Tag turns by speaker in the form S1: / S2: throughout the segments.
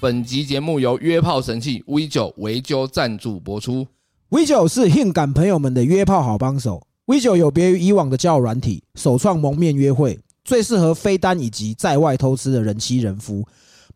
S1: 本集节目由约炮神器 V 九维修赞助播出。
S2: V 九是性感朋友们的约炮好帮手。V 九有别于以往的交友软体，首创蒙面约会，最适合非单以及在外偷吃的人妻人夫，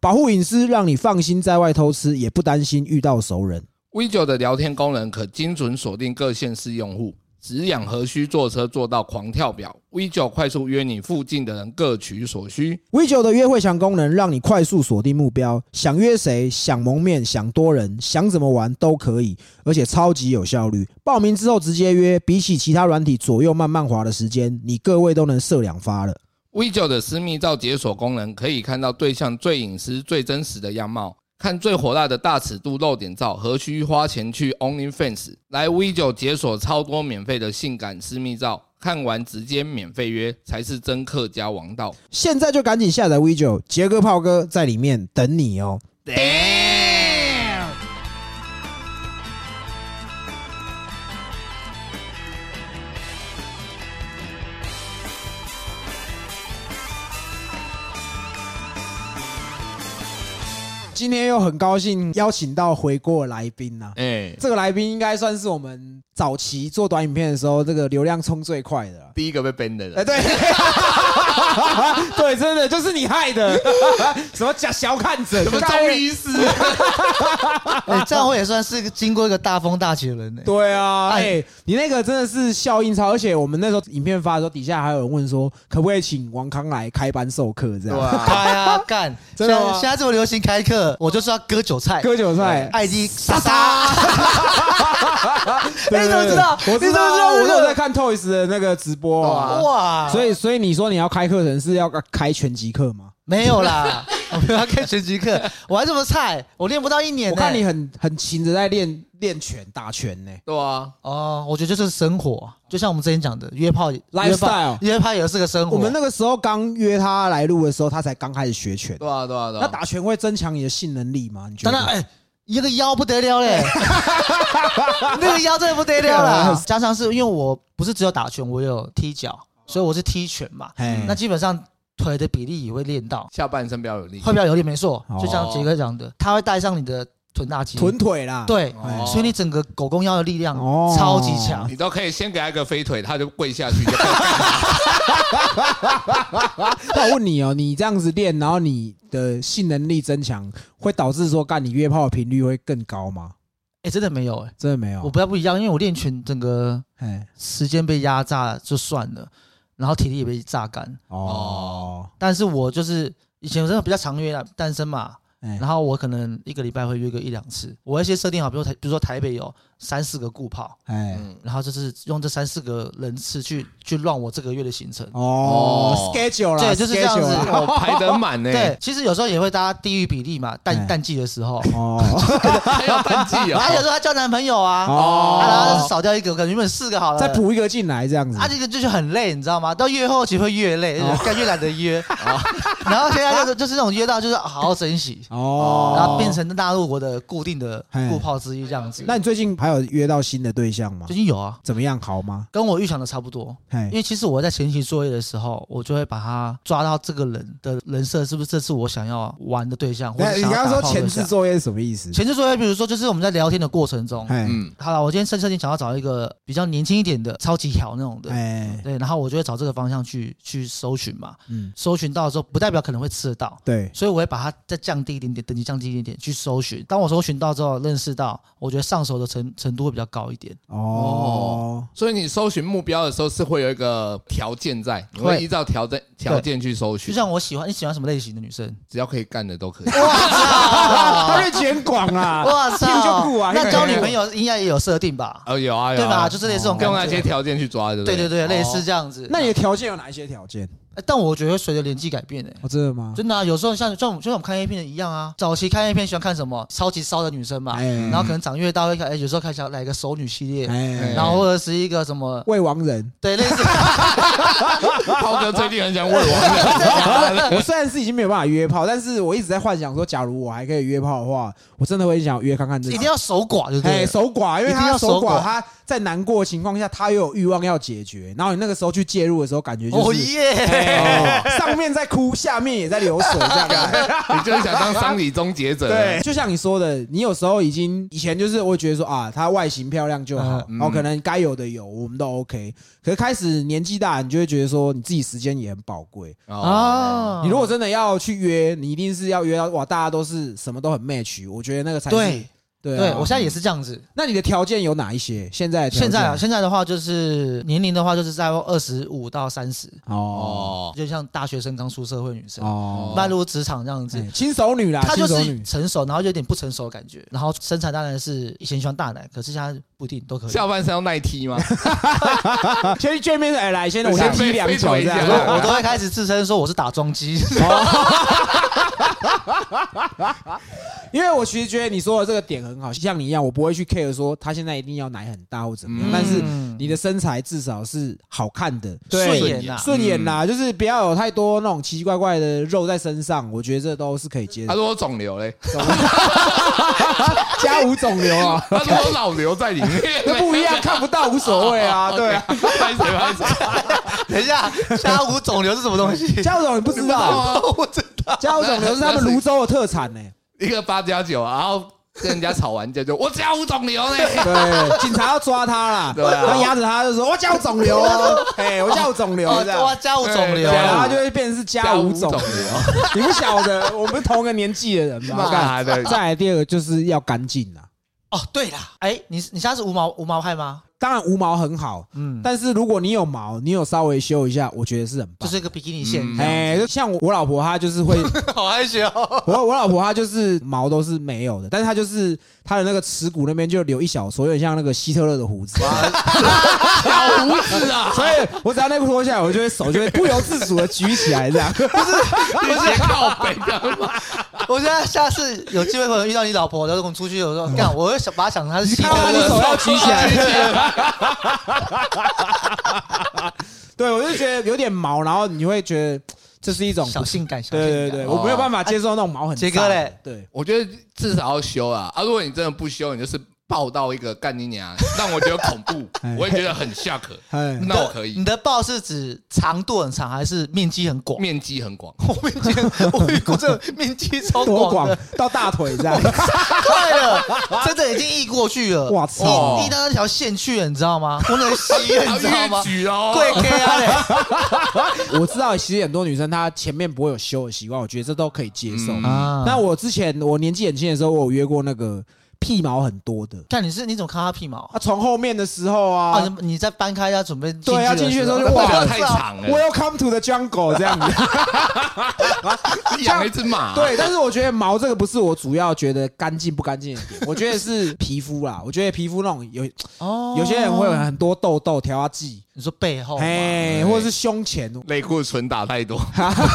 S2: 保护隐私，让你放心在外偷吃，也不担心遇到熟人。
S1: V 九的聊天功能可精准锁定各县市用户，只养何须坐车坐到狂跳表。V 九快速约你附近的人各取所需。
S2: V 九的约会墙功能让你快速锁定目标，想约谁、想蒙面、想多人、想怎么玩都可以，而且超级有效率。报名之后直接约，比起其他软体左右慢慢滑的时间，你各位都能射两发了。
S1: V 九的私密照解锁功能可以看到对象最隐私、最真实的样貌，看最火辣的大尺度露点照，何须花钱去 OnlyFans？来 V 九解锁超多免费的性感私密照，看完直接免费约才是真客家王道。
S2: 现在就赶紧下载 V 九，杰哥炮哥在里面等你哦。今天又很高兴邀请到回锅的来宾呐、
S1: 哎、
S2: 这个来宾应该算是我们早期做短影片的时候，这个流量冲最快的啦。
S1: 第一个被 ban 的
S2: 哎，
S1: 人，
S2: 对， 对，真的就是你害的， 什么假小看者，
S1: 什么
S2: 干
S1: 中医师？
S3: 哎，这样我也算是经过一个大风大雪的人 呢。
S2: 对啊，哎、
S3: 哎
S2: 你那个真的是效应超，而且我们那时候影片发的时候，底下还有人问说，可不可以请王康来开班授课这样？
S3: 开啊，干！
S2: 真
S3: 现
S2: 的
S3: 在
S2: 吗
S3: 现在这么流行开课，我就是要割韭菜，
S2: 割韭菜，
S3: ID 莎 莎，
S2: 对
S3: 哎你怎么知道
S2: 我知
S3: 你怎么知道
S2: 道，
S3: 这个
S2: 我有在看 Toys 的那个直播啊。
S3: 哇！
S2: 所以，所以你说你要开课程是要开拳击课吗？
S3: 没有啦， 我没有要开拳击课，我还这么菜，我练不到一年欸
S2: 我
S3: 呢。
S2: 看你很很勤的在练练拳、打拳呢、
S1: 对啊，
S3: 哦，我觉得就是生活，就像我们之前讲的约炮
S2: Lifestyle
S3: 约炮约炮也是个生活。
S2: 我们那个时候刚约他来录的时候，他才刚开始学拳。
S1: 对啊，对啊，对
S2: 那
S1: 啊。
S2: 打拳会增强你的性能力吗？你觉
S3: 当
S2: 得？
S3: 然，哎、一个腰不得 了嘞，那个腰真的不得了
S2: 啊
S3: 啦。加上是因为我不是只有打拳，我有踢脚，所以我是踢拳嘛。
S2: 哎
S3: 那基本上腿的比例也会练到，
S1: 下半身比较有力
S3: 会，比较有力，没错
S2: 哦。
S3: 就像杰哥讲的，他会带上你的臀大肌，
S2: 臀腿啦，，
S3: 对，
S1: 哦
S3: 哎所以你啊整个狗公腰的力量
S2: 哦
S3: 超级强。
S1: 你都可以先给他一个飞腿，他就跪下去就 开始。
S2: 那我问你哦，你这样子练，然后你的性能力增强，会导致说干你约炮的频率会更高吗？
S3: 哎、真的没有哎、
S2: 真的没有，
S3: 我不要不一样，因为我练拳整个
S2: 哎，
S3: 时间被压榨就算了，然后体力也被榨干，
S2: 哦，
S3: 但是我就是以前真的比较常约啦，单身嘛，
S2: 哎
S3: 然后我可能一个礼拜会约个一两次，我会先设定好，比如台，比如说台北有三四个顾炮，
S2: 哎，
S1: 嗯，
S3: 然后就是用这三四个人次去去乱我这个月的行程。
S2: 哦
S1: 哦
S2: ，schedule 啦，
S3: 对就是这样子
S2: schedule 啦
S1: 我排哦得满呢，
S3: 对，其实有时候也会搭地域比例嘛，
S2: 哎
S3: 淡淡季的 时候，
S2: 哦，
S1: 还有淡季
S3: 然后有时
S1: 哦。
S3: 候她交男朋友啊，
S2: 哦
S3: 啊然后就少掉一个，可能原本四个好了，
S2: 再补一个进来这样子
S3: 啊，，这个就是很累，你知道吗？到越后期会越累，
S2: 哦
S3: 干越懒得约。 然后现在就是就是那种约到就是好好珍惜，
S2: 哦，
S3: 然后变，成大陆我的固定的
S2: 嘿
S3: 固炮之一这样子。
S2: 那你最近还有约到新的对象吗
S3: 最？近有啊，
S2: 怎么样，好吗？
S3: 跟我预想的差不多。
S2: 哎
S3: 因，为其实我在前期作业的时候，我就会把他抓到这个人的人设是不是这次我想要玩的对象，或
S2: 那
S3: 者
S2: 你
S3: 想
S2: 刚
S3: 要
S2: 刚
S3: 打
S2: 说
S3: 炮
S2: 前
S3: 对
S2: 置
S3: 象。
S2: 作业是什么意思？
S3: 前置作业，比如说就是我们在聊天的过程中，
S2: 哎
S1: 嗯，
S3: 好了，我今天设设定想要找一个比较年轻一点的，超级调那种的，
S2: 哎，
S3: 对，然后我就会找这个方向去去搜寻嘛，
S2: 嗯，
S3: 搜寻到的时候，不代表可能会吃得到，
S2: 对，
S3: 所以我会把它再降低一点点，等级降低一点点去搜寻。当我搜寻到之后，认识到，我觉得上手的程程度会比较高一点。
S2: 哦，
S1: 所以你搜寻目标的时候是会有一个条件在，你会
S3: 会
S1: 依照条件条件去搜
S3: 就
S1: 寻，
S3: 像我喜欢，你喜欢什么类型的女生？
S1: 只要可以干的都可以。
S2: 他是剪广啊，
S3: 哇哦
S2: 听就顾啊
S3: 那交
S2: 听
S3: 女
S2: 就顾
S3: 朋友应该也有设定吧？
S1: 哦，有啊，
S2: 哎
S1: 有
S3: 对
S1: 啊
S3: 吧？就是类似这种
S1: 用
S3: 感
S1: 那些
S3: 觉。
S1: 条件去抓，对不
S3: 对
S1: 对
S3: 对对，类似
S1: 哦
S3: 这样子。
S2: 那你的条件有哪一些条件？
S3: 哎但我觉得随着年纪改变，哎，
S2: 哦，真的吗？
S3: 真的啊，有时候像像我们就像我们看 A 片的一样啊，早期看 A 片喜欢看什么？超级骚的女生嘛，
S2: 哎
S3: 然后可能长越大会看，哎，有时候看想来一个熟女系列，
S2: 哎
S3: 嗯然后或者是一个什么，
S2: 未亡人，
S3: 对，类 似。
S1: 涛哥最近很想问 我，
S3: 嗯
S2: 我虽然是已经没有办法约炮，但是我一直在幻想说，假如我还可以约炮的话，我真的会想约看看这
S3: 一
S2: 种
S3: 定。要守寡，对不
S2: 哎，
S3: 对？
S2: 守寡，因为
S3: 一定
S2: 他
S3: 要守
S2: 寡，
S3: 寡
S2: 他在难过的情况下，他又有欲望要解决，然后你那个时候去介入的时候，感觉
S3: 哦
S2: 就是，哦
S3: 耶！
S1: 哎
S2: 上面在哭，下面也在流水，这样 子。
S1: 你就是想当丧礼终结者，
S2: 对，，就像你说的，你有时候已经以前就是我会觉得说啊，她外形漂亮就好，
S1: 嗯
S2: 然后可能该有的有，我们都 OK。可是开始年纪大，你就会觉得说你自己时间也很宝贵。
S1: 哦，
S3: 哦，
S2: 你如果真的要去约，你一定是要约到哇，大家都是什么都很 match，我觉得那个才是
S3: 对
S2: 对啊哎
S3: 对，我现在也是这样子。
S2: 那你的条件有哪一些？现在的条件
S3: 现在啊，现在的话就是年龄的话，就是在二十五到三十，
S2: 哦
S1: 哦，
S3: 就像大学生刚出社会女生
S2: 哦，
S3: 迈入职场这样子
S2: 哎，亲手女啦，
S3: 啊她就
S2: 亲手
S3: 是
S2: 女
S3: 成熟，然后有点不成熟的感觉，然后身材当然是以前喜欢大奶，可是现在不一定都可以。
S1: 下半身要耐踢吗？
S2: 先见面哎来，先我先踢两脚这
S1: 飞
S3: 我
S1: 腿一
S2: 样
S1: 下。
S3: 都我都会开始自称说我是打桩机，
S2: 哦因为我其实觉得你说的这个点很好，像你一样，我不会去 care 说他现在一定要奶很大或怎么
S1: 嗯
S2: 样，但是你的身材至少是好看的、
S3: 顺
S2: 对
S3: 眼啊，
S2: 顺眼啦，就是不要有太多那种奇奇怪怪的肉在身上，我觉得这都是可以接
S1: 他
S2: 受。
S1: 说我肿瘤嘞，
S2: 加无肿 瘤啊，
S1: 他说我老瘤在里面，
S2: 那不一样，看不到无所谓
S1: 哦
S2: 啊，对啊。
S1: 拍谁拍谁，
S3: 等一下，下午肿瘤是什么东西？
S2: 加油总你不 知 道，
S3: 我知道，
S2: 加油肿瘤是他们泸州的特产呢、
S1: 一个八加九，然后跟人家吵完架就我只要无肿瘤嘞，
S2: 对，警察要抓他啦，
S1: 对啊
S2: 他压着他就说：“我加油肿瘤哦， 哎，我加油肿
S1: 哦
S2: 瘤这样。”
S3: 哦哇，下午肿
S1: 对
S3: 瘤
S2: 对，然后他
S1: 啊
S2: 就会变成是加五种
S1: 加五种
S2: 的， 你不晓得，我们同个年纪的人嘛。
S1: 妈的
S2: 再来第二个就是要干净啊啦，
S3: 哦，对啦，哎，你你现在是无毛无毛派吗？
S2: 当然无毛很好，
S3: 嗯，
S2: 但是如果你有毛，你有稍微修一下，我觉得是很
S3: 就
S2: 棒。
S3: 是一个比基尼线
S1: 嗯
S3: 这样，
S2: 哎，就像我我老婆她就是会，
S3: 好害羞。
S2: 我我老婆她就是毛都是没有的，但是她就是她的那个耻骨那边就留一小撮，有点像那个希特勒的胡子。
S1: 小胡子啊，
S2: 所以我只要那个脱下来，我就会手就会不由自主的举起来，这样。
S1: 你 直靠北的嘛，
S3: 我觉得下次有机会可能遇到你老婆，然后我们出去，我说干，我会想把她想成她是希特
S2: 看嗯到你手
S3: 勒。
S2: 要举起来。对，我就觉得有点毛，然后你会觉得这是一种
S3: 小性感，小性
S2: 对
S3: 感。
S2: 对对，我没有办法接受那种毛很
S3: 哦杰哥嘞
S2: 炸的，对，
S1: 我觉得至少要修啊，啊，如果你真的不修，你就是爆到一个干你娘，让我觉得恐怖，我也觉得很下可，
S2: 哎，
S1: 那我可以
S3: 你，的抱是指长度很长，还是面积很广？
S1: 面积很广，
S3: 我面积很，我遇过这个面积超
S2: 多
S3: 广
S2: 广
S3: 的，
S2: 到大腿这样，
S3: 快了，真的已经溢过去了。
S2: 哇操
S3: 溢溢到那条线去了，你知道吗？我那个吸
S2: 哎
S3: 了， 你知道
S1: 越
S3: 吗？
S1: 举哦，
S3: 贵 K 啊嘞！
S2: 我知道，其实很多女生她前面不会有修的习惯，我觉得这都可以接受。
S1: 嗯
S3: 啊，
S2: 那我之前我年纪很轻的时候，我有约过那个屁毛很多的，
S3: 看你是你怎么看他屁毛
S2: 啊，从后面的时候
S3: 啊？
S2: 啊，
S3: 你你在搬开要准备
S2: 对要进去的 时候就
S1: 哇，
S2: 哇
S1: 太长了，
S2: Welcome to the jungle 这样子。
S1: 养了一只马，
S2: 对，但是我觉得毛这个不是我主要觉得干净不干净的点，我觉得是皮肤啦。我觉得皮肤那种有
S3: 哦
S2: 有些人会有很多痘痘、调压剂，
S3: 你说背后吗？
S2: 哎，
S1: 对
S2: 或者是胸前。
S1: 内裤纯打太多，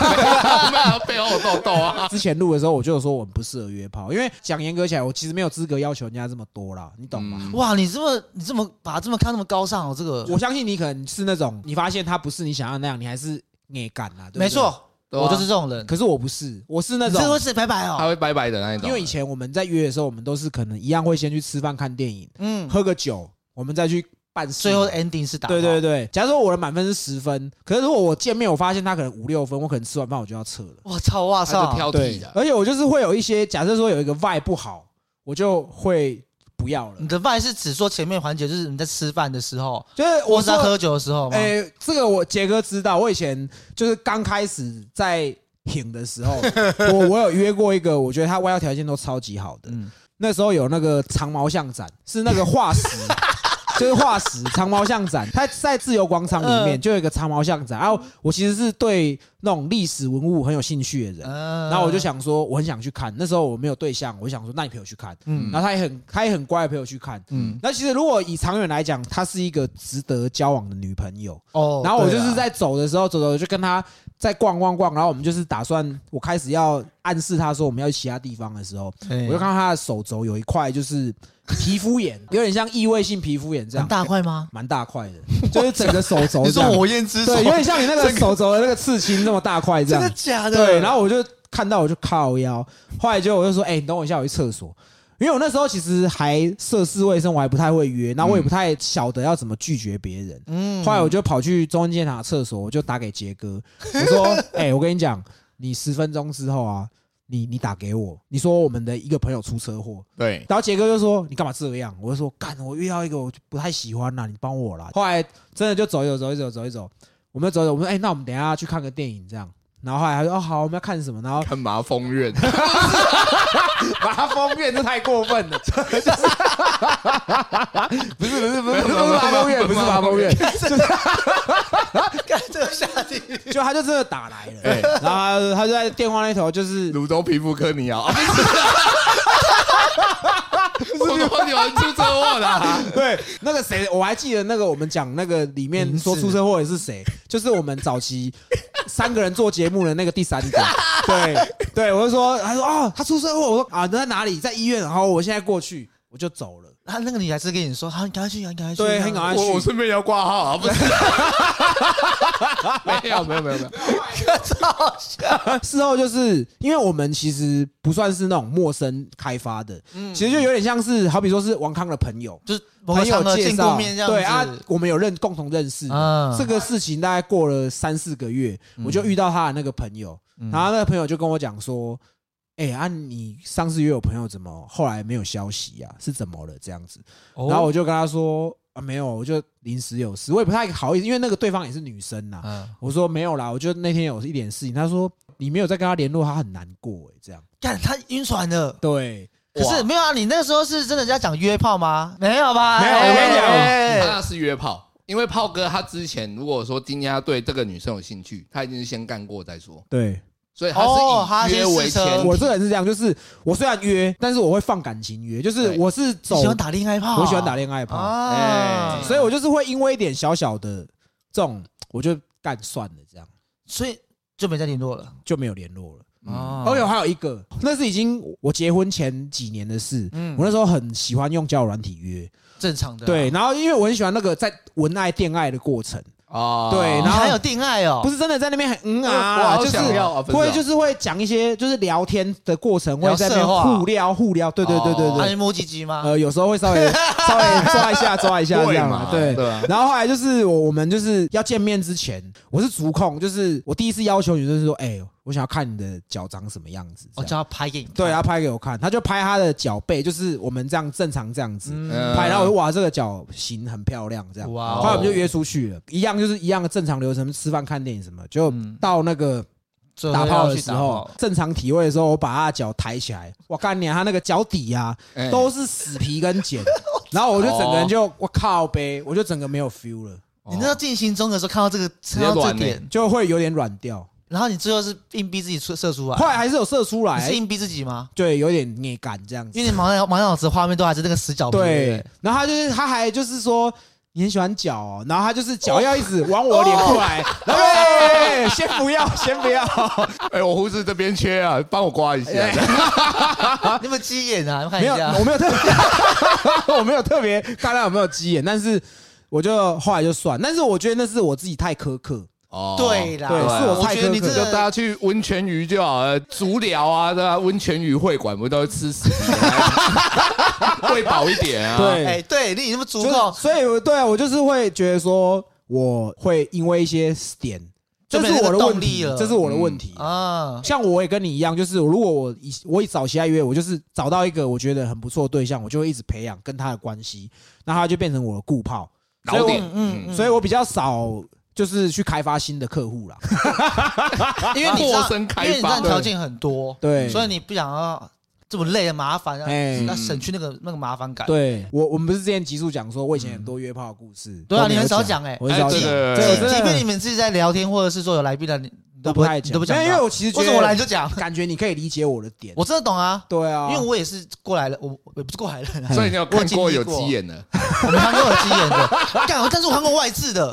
S1: 我们要背后有痘痘啊，
S2: 之前录的时候我就有说我很不适合约炮，因为讲严格起来，我其实没有资格要求人家这么多啦，你懂吗？
S1: 嗯
S3: 哇，你这么你这么把它这么看那么高尚哦，这个
S2: 我相信你可能是那种你发现他不是你想要那样，你还是也敢啦，对不对啊
S3: 没。错，
S1: 对啊
S3: 我就是这种人。
S2: 可是我不是，我是那
S3: 你这
S2: 种
S3: 个，是拜拜
S1: 他
S3: 哦，
S1: 会拜拜的那一种，
S2: 因为以前我们在约的时候，我们都是可能一样会先去吃饭、看电影、
S3: 嗯，
S2: 喝个酒，我们再去办事。
S3: 最后 ending 是打
S2: 对对
S3: 对，
S2: 对，假如说我的满分是十分，可是如果我见面我发现他可能五六分，我可能吃完饭我就要撤了。
S3: 我操，哇
S1: 他是
S3: 操，
S1: 挑剔
S2: 对
S1: 的，，
S2: 而且我就是会有一些，假设说有一个 vibe 不好，我就会不要了
S3: 你。的拜是指说前面环节就是你在吃饭的时候，
S2: 就是
S3: 或
S2: 我
S3: 是在
S2: 说，
S3: 喝酒的时候吗？
S2: 哎，这个我杰哥知道，我以前就是刚开始在挺的时候， 我我有约过一个，我觉得他外交条件都超级好的，
S3: 嗯，
S2: 那时候有那个长毛象展，是那个化 石，就是化石长毛象展，它在自由广场里面
S3: 嗯
S2: 就有一个长毛象展。然后我其实是对那种历史文物很有兴趣的人，
S3: 然
S2: 然后我就，想说我很想去看。那时候我没有对象，我就想说那你陪我去看。
S3: 嗯
S2: 然后他也很他也很乖的陪我去看。
S3: 嗯，
S2: 那其实如果以长远来讲，她是一个值得交往的女朋友。
S3: 哦
S2: 然后我就是，
S3: 对啊
S2: 在走的时候，走走就跟他在逛逛逛，然后我们就是打算，我开始要暗示他说我们要去其他地方的时候，
S3: 对
S2: 我就看到他的手肘有一块就是皮肤炎，有点像异位性皮肤炎这样
S3: 很，大块吗？
S2: 蛮大块的，就是整个手肘 这
S3: 你说
S2: 样，
S3: 火焰之手
S2: 对，，有点像你那个手肘的那个刺青那么大块这
S3: 真的
S2: 样，
S3: 假的？
S2: 哎对，然后我就看到我就靠腰，后来结果我就说，哎，你等我一下，我去厕所。因为我那时候其实还涉世未深，我还不太会约，然后我也不太晓得要怎么拒绝别人。
S3: 嗯
S2: 后来我就跑去中央纪念堂的厕所，我就打给杰哥，我说：“哎、我跟你讲，你十分钟之后啊，你你打给我，你说我们的一个朋友出车祸。”
S1: 对，
S2: 然后杰哥就说：“你干嘛这样？”我就说：“干，我遇到一个我不太喜欢啦，你帮我啦。”后来真的就走一走，走一走，走一走，我们就走一走，我们说：“哎、那我们等一下去看个电影这样。”然后后来他说：“哦，好，我们要看什么？”然后
S1: 看麻风院，
S2: 麻风院这太过分了，
S1: 不是不是不是
S2: 不是麻风院，不是麻风院，
S3: 干这个下地狱，
S2: 就他就真的打来了，
S1: 哎
S2: 然后他就他就在电话那头就是
S1: 泸州皮肤科你啊，我说你们出车祸了啊，
S2: 对那个谁，我还记得那个我们讲那个里面
S3: 名字
S2: 说出车祸的是谁，就是我们早期三个人做节目的那个第三个，对对，我就说他说哦他出车祸，我说啊你在哪里，在医院，然后我现在过去我就走了，
S3: 他那个女孩子跟你说，好，你赶快去，你赶快去，
S2: 对
S3: 这样
S2: 很赶快
S1: 我我顺便要挂号啊，不是，没有没有没有没有，
S2: 啊事后就是因为我们其实不算是那种陌生开发的，其实就有点像是好比说是王康的朋友。
S3: 嗯就是某
S2: 朋
S3: 个
S2: 友
S3: 场合
S2: 介
S3: 见
S2: 绍
S3: 过面这样子，
S2: 对啊，我们有认共同认识，
S3: 嗯
S2: 这个事情大概过了三四个月，我就遇到他的那个朋友，
S3: 嗯
S2: 然后那个朋友就跟我讲说：“哎，啊，你上次约我朋友怎么后来没有消息啊？是怎么了？”这样子，
S3: 哦
S2: 然后我就跟他说：“啊，没有，我就临时有事，我也不太好意思，因为那个对方也是女生呐。
S3: 嗯，”
S2: 我说：“没有啦，我就那天有一点事情。”他说：“你没有再跟他联络，他很难过。”哎，这样
S3: 干他晕船了。
S2: 对，
S3: 可是没有啊，你那时候是真的在讲约炮吗？没有吧？
S2: 没有
S3: 哎
S2: 我跟你讲
S3: 哎
S1: 他那是约炮。因为炮哥他之前如果说今天他对这个女生有兴趣，他已经是先干过再说，
S2: 对。
S1: 所以他是以约为
S3: 哦他先
S1: 前
S3: 试车
S1: 提。
S2: 我这个人是这样，就是我虽然约，但是我会放感情约，就是
S1: 对
S2: 我是
S3: 你
S2: 走，
S3: 喜欢打恋爱炮啊，
S2: 我喜欢打恋爱炮，
S1: 哎
S3: 啊，
S2: 所以我就是会因为一点小小的这种，我就干算了，这样
S3: 所以就没再联络了。
S2: 就没有联络了。
S1: 嗯
S3: 啊
S2: 哦有还有一个，那是已经我结婚前几年的事。
S3: 嗯
S2: 我那时候很喜欢用交友软体约，
S3: 正常的啊，
S2: 对，然后因为我很喜欢那个在文爱恋爱的过程，
S1: 哦
S2: 对然
S3: 你
S2: 后
S3: 还有恋爱哦，
S2: 不
S3: 是
S2: 是真的在那边很嗯
S1: 我
S2: 啊，
S1: 好
S2: 就是
S1: 想要啊不是啊
S2: 会就是会讲一些就是聊天的过程，会
S3: 聊
S2: 在那
S3: 色话
S2: 边互撩互撩，对对对对
S1: 哦
S2: 对
S3: 还，摸鸡鸡吗？
S2: 呃，有时候会 稍微稍微抓一下抓一下这样嘛，对。
S1: 对啊，
S2: 然后后来就是我我们就是要见面之前，我是足控，就是我第一次要求女生说，哎、我想要看你的脚长什么样子，
S1: 哦
S2: 这
S3: 我
S2: 样
S3: 叫他拍给你看，
S2: 啊对，她拍给我看，她就拍她的脚背，就是我们这样正常这样子。
S1: 嗯
S2: 拍，然后我就哇，这个脚型很漂亮，这样。
S3: 哇
S2: 后
S1: 哦
S2: 来我们就约出去了，一样就是一样的正常流程，吃饭看电影什么。就到那个
S3: 最后
S2: 打
S3: 嗯要
S2: 炮的
S3: 去
S2: 时
S3: 打
S2: 候
S3: 炮，
S2: 正常体位的时候，我把她的脚抬起来，我干娘，她那个脚底啊，
S1: 哎
S2: 都是死皮跟茧，然后我就整
S3: 哦
S2: 个人就我靠呗，我就整个没有 feel 了，
S3: 你那时候进行中的时候看到这个，看
S1: 接
S3: 到
S2: 欸
S3: 这
S1: 软
S3: 点，
S2: 就会有点软掉。
S3: 然后你最后是硬逼自己射射出来，
S2: 后来还是有射出
S3: 你是
S2: 来，
S3: 硬逼自己吗？
S2: 对，有点捏感这样子
S3: 因。为你满脑满脑子画面都还是那个死角皮，
S2: 哦 对，然后他就是他还就是说。你很喜欢脚、哦，然后他就是脚要一直往我脸过
S3: 哦
S2: 来，然后、哎 先不要，先不要，
S1: 哎，我胡子这边缺啊，帮我刮一下。
S3: 对不对，你有没有鸡眼啊？你看
S2: 没
S3: 一
S2: 有，
S3: 下
S2: 我，没有特 别，我没有特别看他有没有鸡眼，但是我就后来就算，但是我觉得那是我自己太苛刻，
S1: 哦
S3: 对啦，
S2: 对是我太
S3: 觉得你
S2: 苛刻
S3: 这
S1: 就大
S3: 个
S1: 家去温泉鱼就好了，足疗啊，对吧？温泉鱼会馆不都会吃死鱼吗， 喂饱一点啊。
S2: 对
S3: 哎，对你那么足
S2: 就是
S3: 够，
S2: 所以我对啊我就是会觉得说，我会因为一些点，
S3: 就
S2: 这
S3: 没
S2: 是我
S3: 那
S2: 的
S3: 个
S2: 问
S3: 动
S2: 题
S3: 力，了
S2: 这是我的问题。
S3: 啊，
S2: 像我也跟你一样，就是如果我以我以早期来约，我就是找到一个我觉得很不错的对象，我就会一直培养跟他的关系，那他就变成我的固炮，所以
S1: 老
S2: 我
S1: 点，
S3: 嗯嗯
S2: 所以我比较少就是去开发新的客户啦。
S1: 嗯
S3: 因为你知道
S1: 陌生开发
S3: 因为你知道条件很多，
S2: 对
S3: 所以你不想要这么累的麻烦，
S2: 哎
S3: 要省去那个那个麻烦感。
S2: 对我，我们不是之前集数讲说，我以前很多约炮的故事，
S3: 对啊
S2: 都没有
S3: 你很少讲欸
S2: 我很少
S1: 哎
S2: 讲，
S1: 对对对
S2: 对我真的
S3: 即，即便你们自己在聊天，或者是说有来宾的，啊你你
S2: 都
S3: 都
S2: 不
S3: 不
S2: 太
S3: 会，
S2: 讲，
S3: 你都不讲到，
S2: 因为我其实觉
S3: 为
S2: 得
S3: 什么我来就讲？
S2: 感觉你可以理解我的点，
S3: 我真的懂啊，
S2: 对啊，
S3: 因为我也是过来了，我我也不是过来
S2: 嗯
S3: 人啊，
S1: 嗯所以你有看过有鸡眼的，
S3: 我没看过有鸡眼的，干，但是我看过外置的，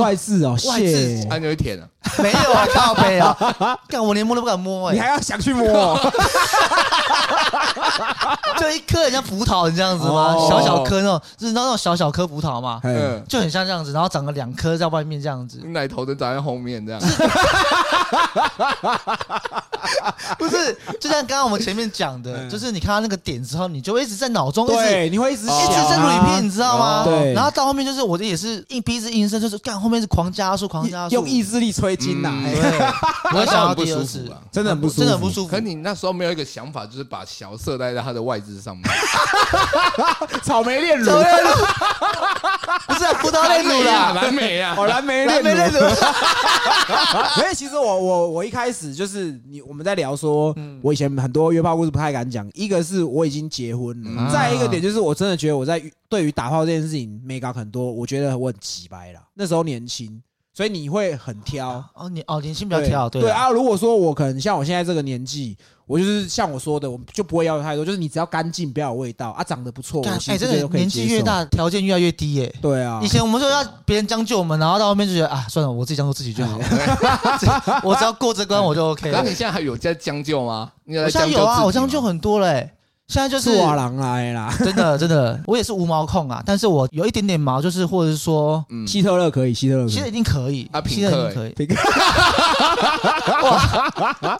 S2: 外置哦，
S3: 外置
S2: 谢
S1: 按钮一舔啊，
S3: 没有 啊，靠背啊，干我连摸都不敢摸
S2: 你
S3: 哎、
S2: 还要想 去摸？
S3: 就一颗很像葡萄你这样子吗？
S2: 哦
S3: 小小颗那种，就是你知道那种小小颗葡萄嘛，
S2: 嗯
S1: 嗯，
S3: 就很像这样子，然后长了两颗在外面这样子
S1: 你，奶头都长在后面这样，
S3: 不是？就像刚刚我们前面讲的，
S2: 嗯
S3: 就是你看到那个点之后，你就会一直在脑中一直。
S2: 对，你
S1: 哦
S2: 会一直想
S3: 一
S2: 啊
S3: 直在捋片，你知道吗？
S2: 对
S3: 然后到后面就是我的也是硬逼着硬生，就是干后面是狂加速，狂加速，
S2: 用意志力催金呐、
S1: 嗯
S2: 哎
S3: 对，我会
S1: 那
S3: 想要
S1: 很不
S3: 第二
S1: 舒
S3: 次
S1: 服，啊。
S2: 真的很不舒服，
S3: 真的很不舒服
S1: 可。你那时候没有一个想法，就是把小色带在它的外痔上 面，
S2: 草莓炼乳，
S3: 怎么样不是啊葡萄类乳啦，
S1: 蓝莓啊，
S2: 哦，蓝莓
S3: 蓝莓
S2: 炼
S3: 类乳
S2: 乳。，所以其实我我我一开始就是你我们在聊说，
S3: 嗯
S2: 我以前很多约炮故事不太敢讲，一个是我已经结婚了，
S3: 嗯
S2: 再一个点就是我真的觉得我在于对于打炮这件事情没搞很多，我觉得我很急掰啦，那时候年轻，所以你会很挑。
S3: 哦，你哦，年轻比较挑，
S2: 对
S3: 对啊，
S2: 啊，如果说我可能像我现在这个年纪，我就是像我说的，我就不会要求太多，就是你只要干净，不要有味道啊，长得不错，我
S3: 干
S2: 其
S3: 哎，
S2: 实
S3: 真
S2: 这些都
S3: 的
S2: 可以
S3: 年
S2: 接
S3: 纪越
S2: 受，
S3: 大，条件越来越低耶。
S2: 对啊
S3: 以，前我们说要别人将就我们，然后到后面就觉得啊，算了，我自己将 就自己 就好了，只我只要过这关我就 OK
S1: 那
S3: 了
S1: 你。现在还有在将就吗？你有
S3: 我
S1: 在
S3: 现在
S1: 将就
S3: 有啊，我
S1: 自己吗
S3: 将就很多嘞。现在就是
S2: 是啊瓦郎来啦，
S3: 真的真的，我也是无毛控啊，但是我有一点点毛，就是或者是说，
S1: 嗯
S2: 希特勒可以，希特勒可
S3: 其实
S2: 以
S3: 一，定可以
S1: 啊
S3: 其
S1: 品
S3: 实一
S1: 客
S3: 定可以。
S2: 这个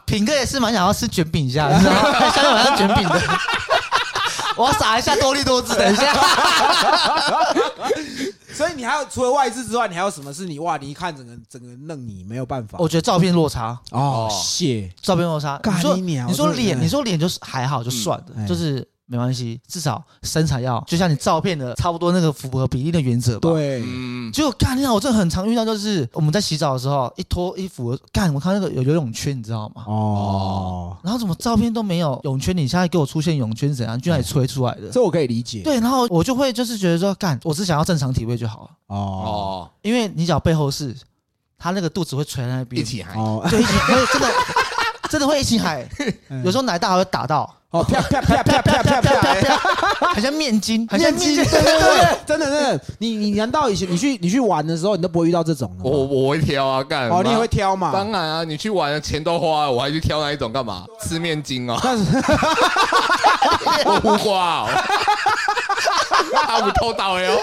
S3: 品哥也是蛮想要吃卷饼一下，你知道吗？相信我要卷饼的。我要撒一下多利多汁，等一下。
S2: 所以你还有除了外资之外，你还有什么是你哇？你一看整个整个弄你没有办法
S3: 我觉得照片落差，
S1: 哦，
S2: 哦谢
S3: 照片落差。
S2: 干
S3: 你说
S2: 你娘
S3: 你说
S2: 我真的
S3: 脸，你说脸就是还好，就算
S2: 嗯哎
S3: 了，就是没关系，至少身材要就像你照片的差不多那个符合比例的原则吧。。
S2: 对
S1: 嗯，
S3: 就干，你看我真的很常遇到，就是我们在洗澡的时候，一脱衣服，干，我看那个有游泳圈，你知道吗？
S2: 哦，
S3: 然后怎么照片都没有泳圈？你现在给我出现泳圈怎样？居然
S2: 嗯
S3: 也吹出来的？
S2: 这我可以理解
S3: 对，然后我就会就是觉得说，干，我只想要正常体位就好了，
S2: 哦
S1: 哦，
S3: 因为你脚背后是，他那个肚子会垂在那边，
S1: 一起喊，
S2: 哦，
S3: 对，一起会真的真的会一起喊， 有时
S2: 候
S3: 候奶大还会打到，
S2: 哦啪啪啪啪嗯啪啪
S3: 啪
S2: 啪
S3: 啪啪， 很像面筋，很像
S2: 面
S3: 面
S2: 筋，
S3: 筋
S2: 对，对对，真的真的，你你难道以前你去你去玩的时候，你都不会遇到这种的吗？
S1: 我我会挑啊，干
S2: 哦，你也会
S1: 挑？
S2: 挑
S1: 当
S2: 嘛？
S1: 然啊，你去玩了钱都花了，啊我还去挑那一种干嘛？
S3: 啊
S1: 吃面筋哦，
S2: 但是
S1: 我胡 瓜哦，他不偷盗哟，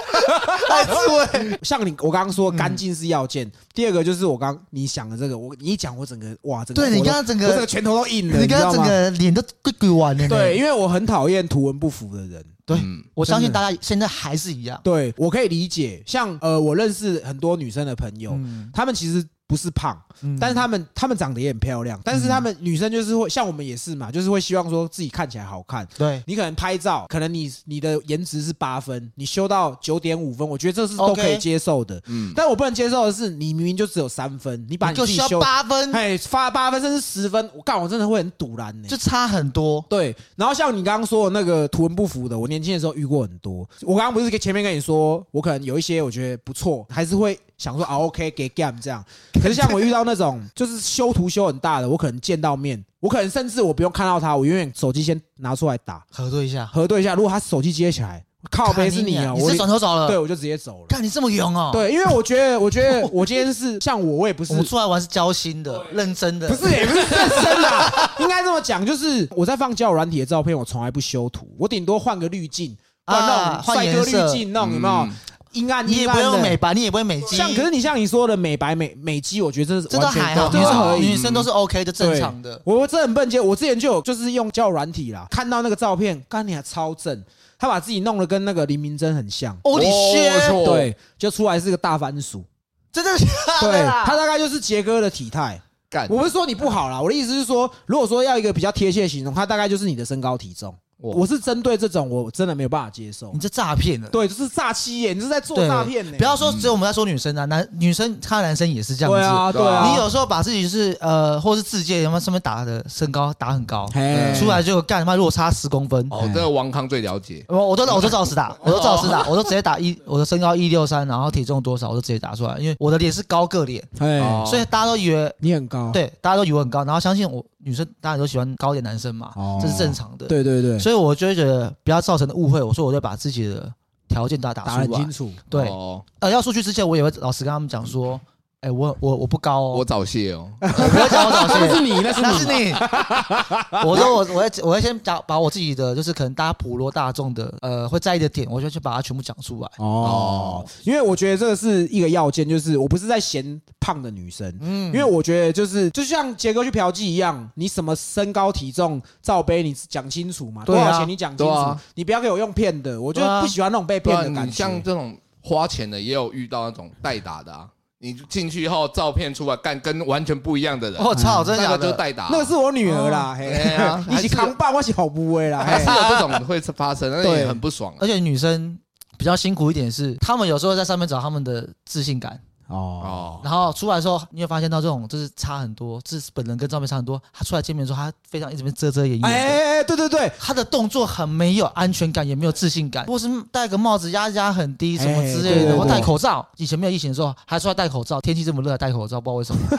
S3: 来自慰，
S2: 像你我刚嗯刚说，干净是要件。第二个就是我刚你想的这个，我你一讲，我整个哇，整个
S3: 对你
S2: 我都
S3: 刚刚整个
S2: 我整个拳头都硬了，知
S3: 你刚
S2: 道
S3: 刚整
S2: 吗？
S3: 个脸都鬼鬼弯了。
S2: 对，，因为我很讨厌图文不符的人。
S3: 对
S1: 嗯
S3: 我相信
S2: 真的
S3: 大家现在还是一样。
S2: 对我可以理解，像呃，我认识很多女生的朋友，
S3: 嗯，
S2: 她们其实不是胖，
S3: 嗯
S2: 但是她们她们长得也很漂亮，但是她们女生就是会像我们也是嘛，就是会希望说自己看起来好看。
S3: 对
S2: 你可能拍照，可能你你的颜值是八分，你修到九点五分，我觉得这是都
S3: OK
S2: 可以接受的。
S1: 嗯，
S2: 但我不能接受的是，你明明就只有三分，你把
S3: 你
S2: 你
S3: 就
S2: 自己
S3: 需要
S2: 修，
S3: 八分，
S2: 哎，发八分甚至十分，我干，我真的会很堵然呢、
S3: 就差很多。
S2: 对，然后像你刚刚说的那个图文不符的，我年轻的时候遇过很多。我刚刚不是跟前面跟你说，我可能有一些我觉得不错，还是会想说啊 OK 给 gam 这样。可是像我遇到那种就是修图修很大的，我可能见到面，我可能甚至我不用看到他，我永远手机先拿出来打
S3: 核对一下，
S2: 核对一下，如果他手机接起来，靠背是你啊，
S3: 你
S2: 我
S3: 是转头走了，
S2: 对，我就直接走了。
S3: 看你这么勇哦。，
S2: 对，因为我觉得，我觉得我今天是像我，我也不是
S3: 我们出来玩是交心的，认真的，
S2: 不是也不是认真啦，应该这么讲，就是我在放交友软体的照片，我从来不修图，我顶多换个滤镜，换那
S3: 啊
S2: 种帅哥
S3: 换颜色
S2: 滤镜，那种有没有
S1: 嗯
S2: 阴暗
S3: 你也
S2: 阴
S3: 不
S2: 暗
S3: 用美
S2: 的？
S3: 白，你也不会美肌，
S2: 像可是你像你说的美白美美肌，我觉得这
S3: 这
S2: 是
S3: 都
S2: 完全
S3: 还好，
S2: 都
S3: 女
S2: 是
S1: 还好
S2: 可
S3: 生
S2: 以。
S3: 女生都是 OK 的，正常的。
S2: 我这很笨接，我之前就有就是用交友软体啦，看到那个照片，干你还超正，他把自己弄得跟那个林明珍很像，
S3: 哦，你
S1: 哦
S3: 靴，
S1: 我
S2: 对，就出来是个大番薯，
S3: 真的假
S2: 对
S3: 的啊啦？
S2: 他大概就是杰哥的体态。
S1: 干，
S2: 我不是说你不好啦，我的意思是说，如果说要一个比较贴切的形容，它大概就是你的身高体重。
S1: 哇
S2: 我是针对这种，我真的没有办法接受
S3: 你。这诈骗了。
S2: 对，就是诈欺耶，你是在做
S3: 对
S2: 诈骗呢。
S3: 不要说只有我们在说女生啊，男女生看男生也是这样
S2: 对
S3: 子。
S2: 啊，对啊，
S3: 你有时候把自己就是呃，或是自介，有没有上面打的身高打很高，
S2: 嘿
S3: 出来就干他妈，如果差十公分，
S1: 哦，这个王康最了解，
S3: 我我都我都照实
S2: 哦
S3: 打，我都照实打，我都直接打一，我的身高一六三，然后体重多少我都直接打出来，因为我的脸是高个脸，
S2: 哎，
S1: 哦
S3: 所以大家都以为
S2: 你很高，
S3: 对，大家都以为很高，然后相信我女生大家都喜欢高一点男生嘛
S2: 哦，
S3: 这是正常的。，
S2: 对对对，
S3: 所以我就会觉得不要造成误会，我说我就把自己的条件都要打
S2: 打得
S3: 出
S2: 很
S3: 来
S2: 清。楚。
S3: 对，
S1: 哦
S3: 呃，要出去之前我也会老实跟他们讲说，哎，我我我不高哦，
S1: 我早泄哦，
S3: 我不会讲我 早
S4: 那是
S3: 泄，
S4: 你， 那是
S3: 那是
S4: 你，
S3: 你。 我说我我要我要先讲把我自己的，就是可能大家普罗大众的呃会在意的点，我就去把它全部讲出来。
S2: 哦，因为我觉得这个是一个要件，就是我不是在嫌胖的女生，嗯，因为我觉得就是就像杰哥去嫖妓一样，你什么身高体重罩杯你讲清楚嘛，
S3: 对
S2: 多
S3: 啊
S2: 少钱你讲清
S1: 对
S2: 楚
S1: 啊，
S2: 你不要给我用骗的，我就
S3: 对啊
S2: 不喜欢那种被
S1: 对
S2: 骗
S1: 啊，
S2: 的感
S1: 你像
S2: 觉。
S1: 这种花钱的也有遇到那种代打的啊，你进去后照片出来干跟完全不一样的人，
S3: 我操，哦真的
S1: 那
S3: 假
S1: 个就
S3: 的？
S1: 代打啊，
S2: 那个是我女儿啦，嘿
S1: 哎呀，
S2: 你一
S1: 还
S2: 起
S1: 是
S2: 扛棒，我是好不威啦，
S1: 还
S2: 嘿
S1: 是有这种会发生，那
S2: 哎对
S1: 也很不爽啊
S3: 而且女生比较辛苦一点是，她们有时候在上面找她们的自信感，
S2: 哦，
S1: 哦。
S3: 然后出来的时候，你会发现到这种就是差很多，就是本人跟照片差很多。她出来见面的时候，她非常一直被遮遮掩掩
S2: 哎
S3: 的。
S2: 哎哎，对对对，
S3: 她的动作很没有安全感，也没有自信感，或是戴个帽子压压很低什么之
S2: 哎
S3: 类
S2: 对对
S3: 的，或
S2: 对
S3: 戴口罩。以前没有疫情的时候，还说要戴口罩，天气这么热还戴口罩，不知道为什么。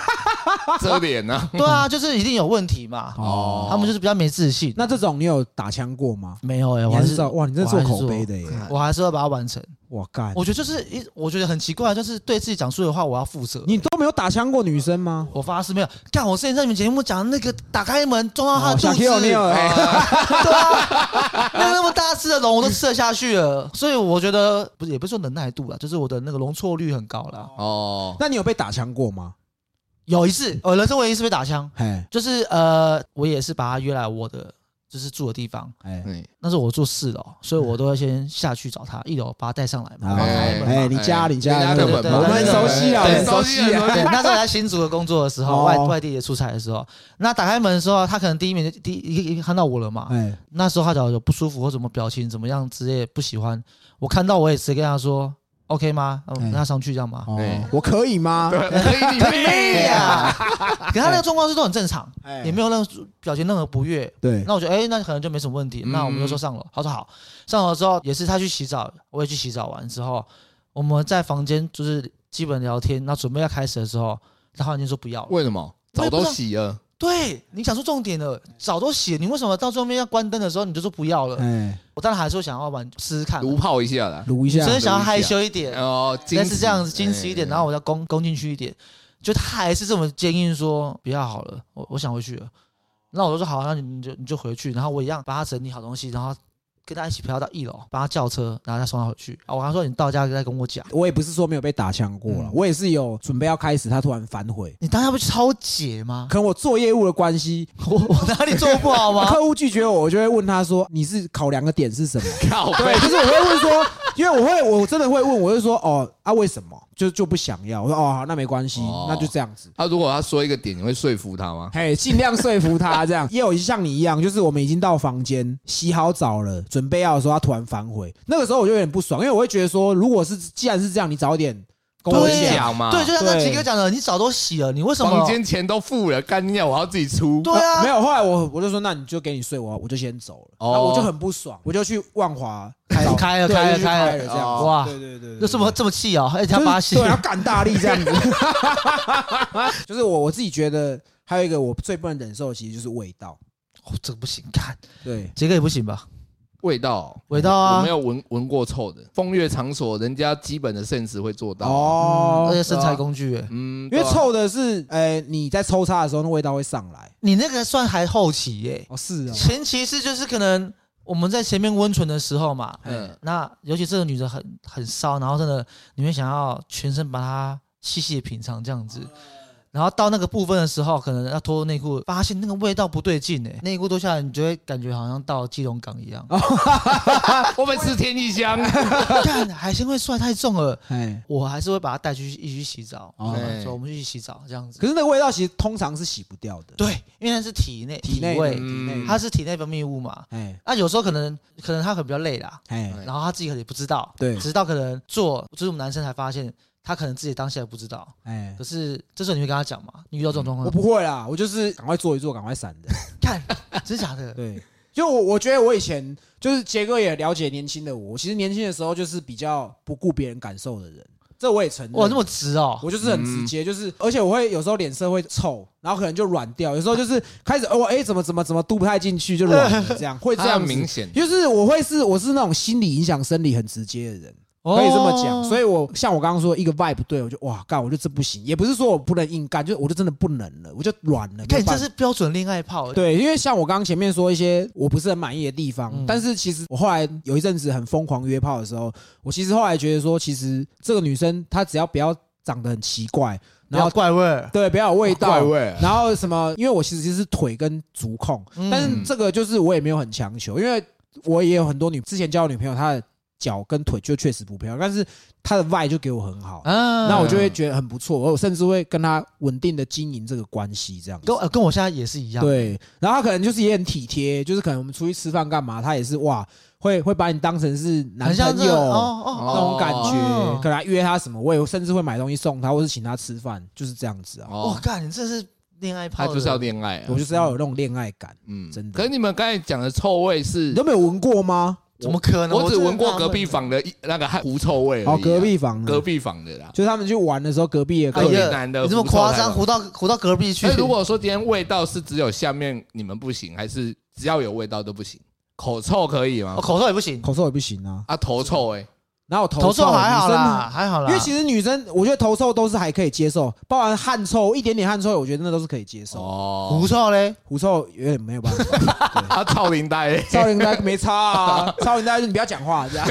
S1: 遮脸呢？
S3: 对啊，就是一定有问题嘛。
S1: 哦，
S3: 他们就是比较没自信。
S2: 那这种你有打枪过吗？
S3: 没有哎、
S2: 你
S3: 我
S2: 还
S3: 还
S2: 是知
S3: 是
S2: 道哇，你这
S3: 我
S2: 做
S3: 还是
S2: 口碑的耶，哎
S3: 我还是会把它完成。
S2: 我干，
S3: 我觉得就是一，我觉得很奇怪，啊就是对自己讲出的话，我要负责。
S2: 你都没有打枪过女生吗？
S3: 我发誓没有，干我之前在你们节目讲那个打开门撞到他
S2: 哦
S3: 的
S2: 小
S3: 肚子，
S2: Q 你有
S3: 对
S2: 哎，
S3: 啊，那那么大只的龙我都吃得下去了，所以我觉得不是也不是说能耐度啦，就是我的那个容错率很高啦。
S1: 哦，
S2: 那你有被打枪过吗？
S3: 有一次，呃我人生唯一一次被打枪，
S2: 嘿，
S3: 就是呃，我也是把他约来我的就是住的地方，
S2: 哎。
S1: 嗯
S3: 那是我住四楼，所以我都要先下去找他，一楼把他带上来嘛，
S2: 啊
S3: 然后开门嘛。
S2: 哎你家你家
S1: 人
S2: 对
S1: 的
S3: 对
S1: 本
S3: 对
S1: 嘛
S2: 我们很熟悉啊，
S1: 对
S2: 我
S1: 对很
S2: 们很熟
S1: 熟悉
S2: 悉啊。
S1: 啊
S3: 对，那时候来新竹的工作的时候，
S2: 哦
S3: 外外地也出差的时候，那打开门的时候，他可能第一面就第一一一看到我了嘛。
S2: 哎，
S3: 那时候他假如有不舒服或什么表情怎么样之类不喜欢，我看到我也直接跟他说 OK 吗？
S2: 哎
S3: 嗯，那上去这样吗？
S2: 哦
S1: 对，
S2: 我可以吗？
S1: 可以，你可以啊，
S3: 呀， 可他那个状况是都很正常，
S2: 哎
S3: 也没有任何表情任何不悦。
S2: 对，
S3: 那我觉得哎、那可能就没什么问题。
S1: 嗯
S3: 那我们就说上楼，他说好。上楼之后也是他去洗澡，我也去洗澡完之后，我们在房间就是基本聊天。那准备要开始的时候，他突然间说不要了。
S1: 为什么？
S3: 我
S1: 澡
S3: 也不知道
S1: 都洗了，
S3: 对你讲出重点了，早都写，你为什么到最后面要关灯的时候你就说不要了？
S2: 哎，
S3: 我当然还是会想要玩试试看，
S1: 炉泡一下啦。
S2: 撸一下
S3: 真，的嗯想要
S1: 撸一下
S3: 害羞一点，
S1: 哦，
S3: 但
S1: 矜
S3: 是
S1: 持
S3: 这样子矜持一点，
S1: 哎
S3: 然后我再攻攻进去一点，就他还是这么坚硬说不要好了，我我想回去了。那我就说好，那你你就你就回去，然后我一样把他整理好东西，然后跟他一起飘到一楼，帮他叫车，然后再送他回去。啊，我跟他说你到家再跟我讲，
S2: 我也不是说没有被打枪过了，
S3: 嗯
S2: 我也是有准备要开始，他突然反悔，
S3: 你当下不是超解吗？
S2: 可能我做业务的关系，
S3: 我我哪里做不 好吗？
S2: 客户拒绝我，我就会问他说：“你是考量的点是什么？”
S1: 靠背
S2: 对，就是我会问说，因为我会，我真的会问，我就说：“哦啊，为什么？就就不想要。”我说：“哦，好，那没关系
S1: 哦，
S2: 那就这样子。”
S1: 他如果他说一个点，你会说服他吗？
S2: 嘿，尽量说服他 这样。也有像你一样，就是我们已经到房间洗好澡了，准备要的时候，他突然反悔，那个时候我就有点不爽，因为我会觉得说，如果是既然是这样，你早点跟我
S3: 对
S2: 讲。
S1: 讲嘛，
S3: 对，就像刚
S2: 对
S3: 才吉哥讲的，你澡都洗了，你为什么
S1: 房间钱都付了，干掉我要自己出。
S3: 对啊
S2: 没，有，后来我我就说，那你就给你睡，我我就先走了。
S1: 哦
S2: 然后我就很不爽，我就去万华
S3: 开
S2: 找
S3: 开了
S2: 对
S3: 开
S2: 我
S3: 了
S2: 就去开
S3: 开
S2: 了
S3: 了
S2: 这样子。
S3: 哦哇
S2: 对对对对，
S3: 有什么这么气啊？而且他
S2: 就是
S3: 巴西
S2: 对，要干大力这样 子。就是我我自己觉得，还有一个我最不能忍受，的其实就是味道。
S3: 哦，这个不行，看
S2: 对，
S3: 杰哥也不行吧？
S1: 味道，
S3: 味道
S1: 我
S3: 啊
S1: 没，有闻闻过臭的。风月场所，人家基本的 sense 会做到。哦，
S2: 哦
S3: 嗯，而且身材工具欸，
S1: 嗯，
S2: 因
S1: 对
S2: 为
S1: 啊
S2: 臭的是，呃，你在抽插的时候，那味道会上来。
S3: 你那个算还后期耶，
S2: 哦，是哦，
S3: 前期是就是可能我们在前面温存的时候嘛，
S1: 嗯，
S3: 那尤其这个女的很很骚，然后真的你会想要全身把她细细的品尝这样子。然后到那个部分的时候，可能要脱内裤，发现那个味道不对劲哎，内裤脱下来，你就会感觉好像到基隆港一样。
S2: 哦
S1: 啊我们吃天一 香。
S3: 干，海鲜味出来太重了，
S2: 哎，
S3: 我还是会把她带去一起去洗澡。
S2: 哦
S3: 嗯说我们去洗澡这样子。
S2: 可是那个味道其实通常是洗不掉的，
S3: 对，因为那是体内
S2: 体内的
S3: 味
S2: 体，内
S1: 嗯
S3: 它
S2: 的，
S3: 是体内分泌物嘛。
S2: 哎
S3: 那有时候可能可能他可能比较累啦，
S2: 哎，
S1: 对
S3: 然后他自己可能也不知道，
S2: 对
S3: 直到可能做，就是我们男生才发现他可能自己当下也不知道。
S2: 哎
S3: 可，是这时候你会跟他讲嘛？你遇到这种状况，
S2: 嗯我不会啦，我就是赶快做一做，赶快闪的。
S3: 看，真假的？
S2: 对，就我我觉得我以前就是杰哥也了解年轻的我，我其实年轻的时候就是比较不顾别人感受的人，这我也承认。
S3: 哇，那么直哦！
S2: 我就是很直接，就是而且我会有时候脸色会臭，然后可能就软掉，有时候就是开始哦，我哎怎么怎么怎么嘟不太进去 就软了，这样会这
S1: 这样
S2: 样
S1: 明
S2: 子。
S1: 显，
S2: 就是我会是我是那种心理影响生理很直接的人，
S3: 哦
S2: 可以这么讲。所
S3: 以
S2: 以我像我刚刚说，一个 vibe 不对，我就哇干，我就这不行，也不是说我不能硬干，就我就真的不能了，我就软了。没有
S3: 看你这
S2: 办
S3: 是
S2: 法
S3: 标准恋爱炮，，
S2: 对，因为像我刚刚前面说一些我不是很满意的地方，
S3: 嗯
S2: 但是其实我后来有一阵子很疯狂约炮的时候，我其实后来觉得说，其实这个女生她只要不要长得很奇怪，然
S3: 然后
S2: 后
S3: 怪味儿，
S2: 对不要有味道，
S1: 怪味。
S2: 然后什么？因为我其实是腿跟足控，
S3: 嗯
S2: 但是这个就是我也没有很强求，因为我也有很多女之前交的女朋友，她的脚跟腿就确实不漂亮，但是她的 vibe 就给我很好，
S3: 嗯
S2: 那我就会觉得很不错，我甚至会跟她稳定的经营这个关系，这样子
S3: 跟我呃跟我现在也是一样，，
S2: 对，然后她可能就是也很体贴，就是可能我们出去吃饭干嘛，她也是哇，会会把你当成是男
S3: 很像
S2: 朋
S3: 这个
S2: 友。
S3: 哦哦
S2: 那
S3: 哦，
S2: 种感觉，
S3: 哦
S2: 可能还约她什么，我也甚至会买东西送她，或是请她吃饭，就是这样子啊。
S3: 我
S1: 哦，
S3: 干，你这是恋爱炮
S1: 他
S3: 的，
S1: 就是要恋爱啊
S2: 我。就是要有那种恋爱感。
S1: 嗯
S2: 真的
S1: 可是你们刚才讲的臭味是
S2: 你都，没有闻过吗？
S3: 怎么可能？
S1: 我只
S3: 真的
S1: 闻过
S3: 纳
S1: 隔
S3: 闷
S1: 壁
S3: 了，
S1: 房的一那个汗狐臭味而已啊。
S2: 哦，隔壁房的，
S1: 隔壁房的啦。
S2: 就是他们去玩的时候，隔壁的
S3: 哎
S2: 隔壁
S1: 隔
S3: 呀
S1: 壁男的
S3: 你这么
S1: 狐臭
S3: 夸
S1: 才
S3: 张，
S1: 有
S3: 糊到糊到隔壁去
S1: 哎那，如果说今天味道是只有下面你们不行，还是只要有味道都不行？口臭可以吗
S3: 哦？口臭也不行，
S2: 口臭也不行啊，
S1: 啊，头臭哎，
S2: 哪有头
S3: 头
S2: 臭
S3: 臭还好啦，
S2: 女
S3: 还好
S2: 生
S3: 啦，
S2: 因为其实女生，我觉得头臭都是还可以接受，包含汗臭一点点汗臭，我觉得那都是可以接受。
S1: 哦
S3: 狐，臭嘞，
S2: 狐臭有点没有办法，
S1: 啊，臭林呆欸，
S2: 超龄呆没差啊，超龄呆就你不要讲话这样，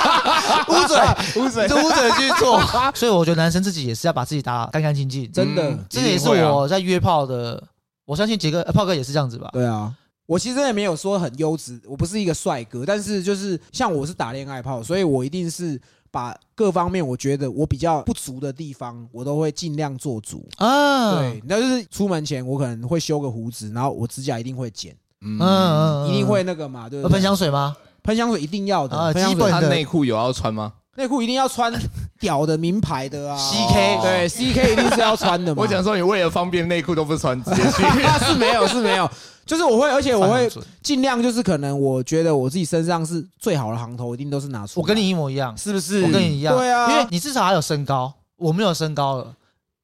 S3: 捂嘴， 捂嘴，就捂嘴去做。 所以我觉得男生自己也是要把自己打干干净净。
S2: 真的
S1: 嗯
S3: 这个也是
S1: 一定会啊
S3: 我在约炮的，我相信杰哥、呃炮哥也是这样子吧？
S2: 对啊。我其实也没有说很优质，我不是一个帅哥，但是就是像我是打恋爱炮，所以我一定是把各方面我觉得我比较不足的地方，我都会尽量做足。
S3: 啊，
S2: 对，那就是出门前我可能会修个胡子，然后我指甲一定会剪，
S3: 嗯，嗯，嗯
S2: 一定会那个嘛，对不
S3: 呃
S2: 对？
S3: 喷香水吗？
S2: 喷香水一定要
S3: 啊
S2: 的，喷香
S3: 基本
S2: 水
S1: 他
S3: 的
S1: 内裤有要穿吗？
S2: 内裤一定要穿屌的名牌的啊
S3: CK
S2: 对 CK 一定是要穿 的嘛。
S1: 我想说，你为了方便，内裤都不穿，直接去。
S2: 那 是没有是没有，就是我会，而且我
S3: 放很
S2: 会
S3: 啊准
S2: 尽量就是可能我觉得我自己身上是最好的行头，一定都是拿出。
S3: 我跟你一模一样，
S2: 是不是？
S3: 我跟你一样，
S2: 对啊，
S3: 因为你至少还有身高，我没有身高了。哦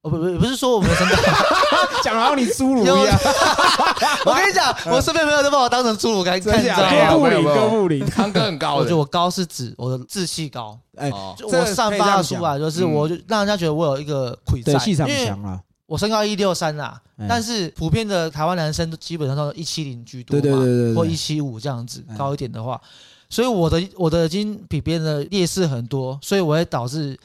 S3: 不不不是说我没有 身高，
S2: 讲得好像你侏儒一
S3: 有
S2: 样，
S3: 我跟你讲，我身边朋友都把我当成侏儒看看，
S2: 真
S3: 你知
S2: 假啊
S3: 道
S1: 没
S2: 的？
S1: 有
S2: 哥
S1: 没有
S2: 布林，
S3: 吗？
S1: 没有
S2: 哥布林，
S1: 康哥很高
S3: 我觉得
S1: 的，
S3: 我高是指我的志气高，
S2: 哎，
S1: 哦，
S3: 就
S2: 这
S3: 我
S2: 个
S3: 散
S2: 可以这
S3: 发
S2: 样
S3: 出
S2: 讲
S3: 来啊就是，
S1: 嗯
S3: 我就让人家觉得我有一个魁
S2: 对
S3: 在，，
S2: 气场
S3: 因为
S2: 强了。
S3: 我身高一六三啦，
S2: 嗯
S3: 但是普遍的台湾男生都基本上都一七零居多
S2: 对
S3: 嘛，
S2: 对对对对
S3: 或一七五这样子
S2: 嗯
S3: 高一点的话，所以我的我的已经比别人的劣势很多，所以我会导致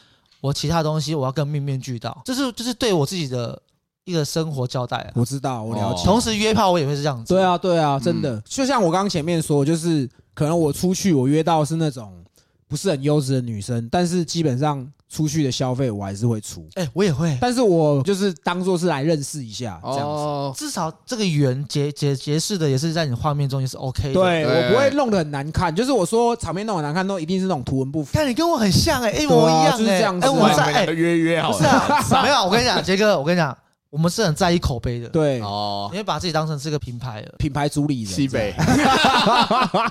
S3: 我其他东西我要更面面俱到，这是就是对我自己的一个生活交代啊。哦
S2: 我知道，我了解。
S3: 同时约炮我也会是这样子，
S2: 哦对，啊，对啊，真
S1: 嗯
S2: 的，就像我刚刚前面说，就是可能我出去我约到是那种不是很优质的女生，但是基本上出去的消费我还是会出，
S3: 哎、我也会，
S2: 但是我就是当做是来认识一下这样子。
S1: 哦，
S3: 至少这个圆结结结识的也是在你画面中也是 OK 的。，
S2: 对
S1: 对
S2: 我不会弄得很难看，就是我说场面弄得很难看，都一定是那种图文不符。
S3: 看你跟我很像哎、一模一样
S2: 对啊
S3: 哎、
S2: 就是这样子
S3: 哎、
S2: 啊
S3: 我
S1: 们
S3: 在哎、
S1: 两个约约好
S3: 不是
S1: 了。
S3: 啊，没有，我跟你讲，杰哥，我跟你讲，我们是很在意口碑的，
S2: 对，啊
S1: 哦
S3: 你，会把自己当成是个品 牌了，
S2: 品牌主理人
S1: 西北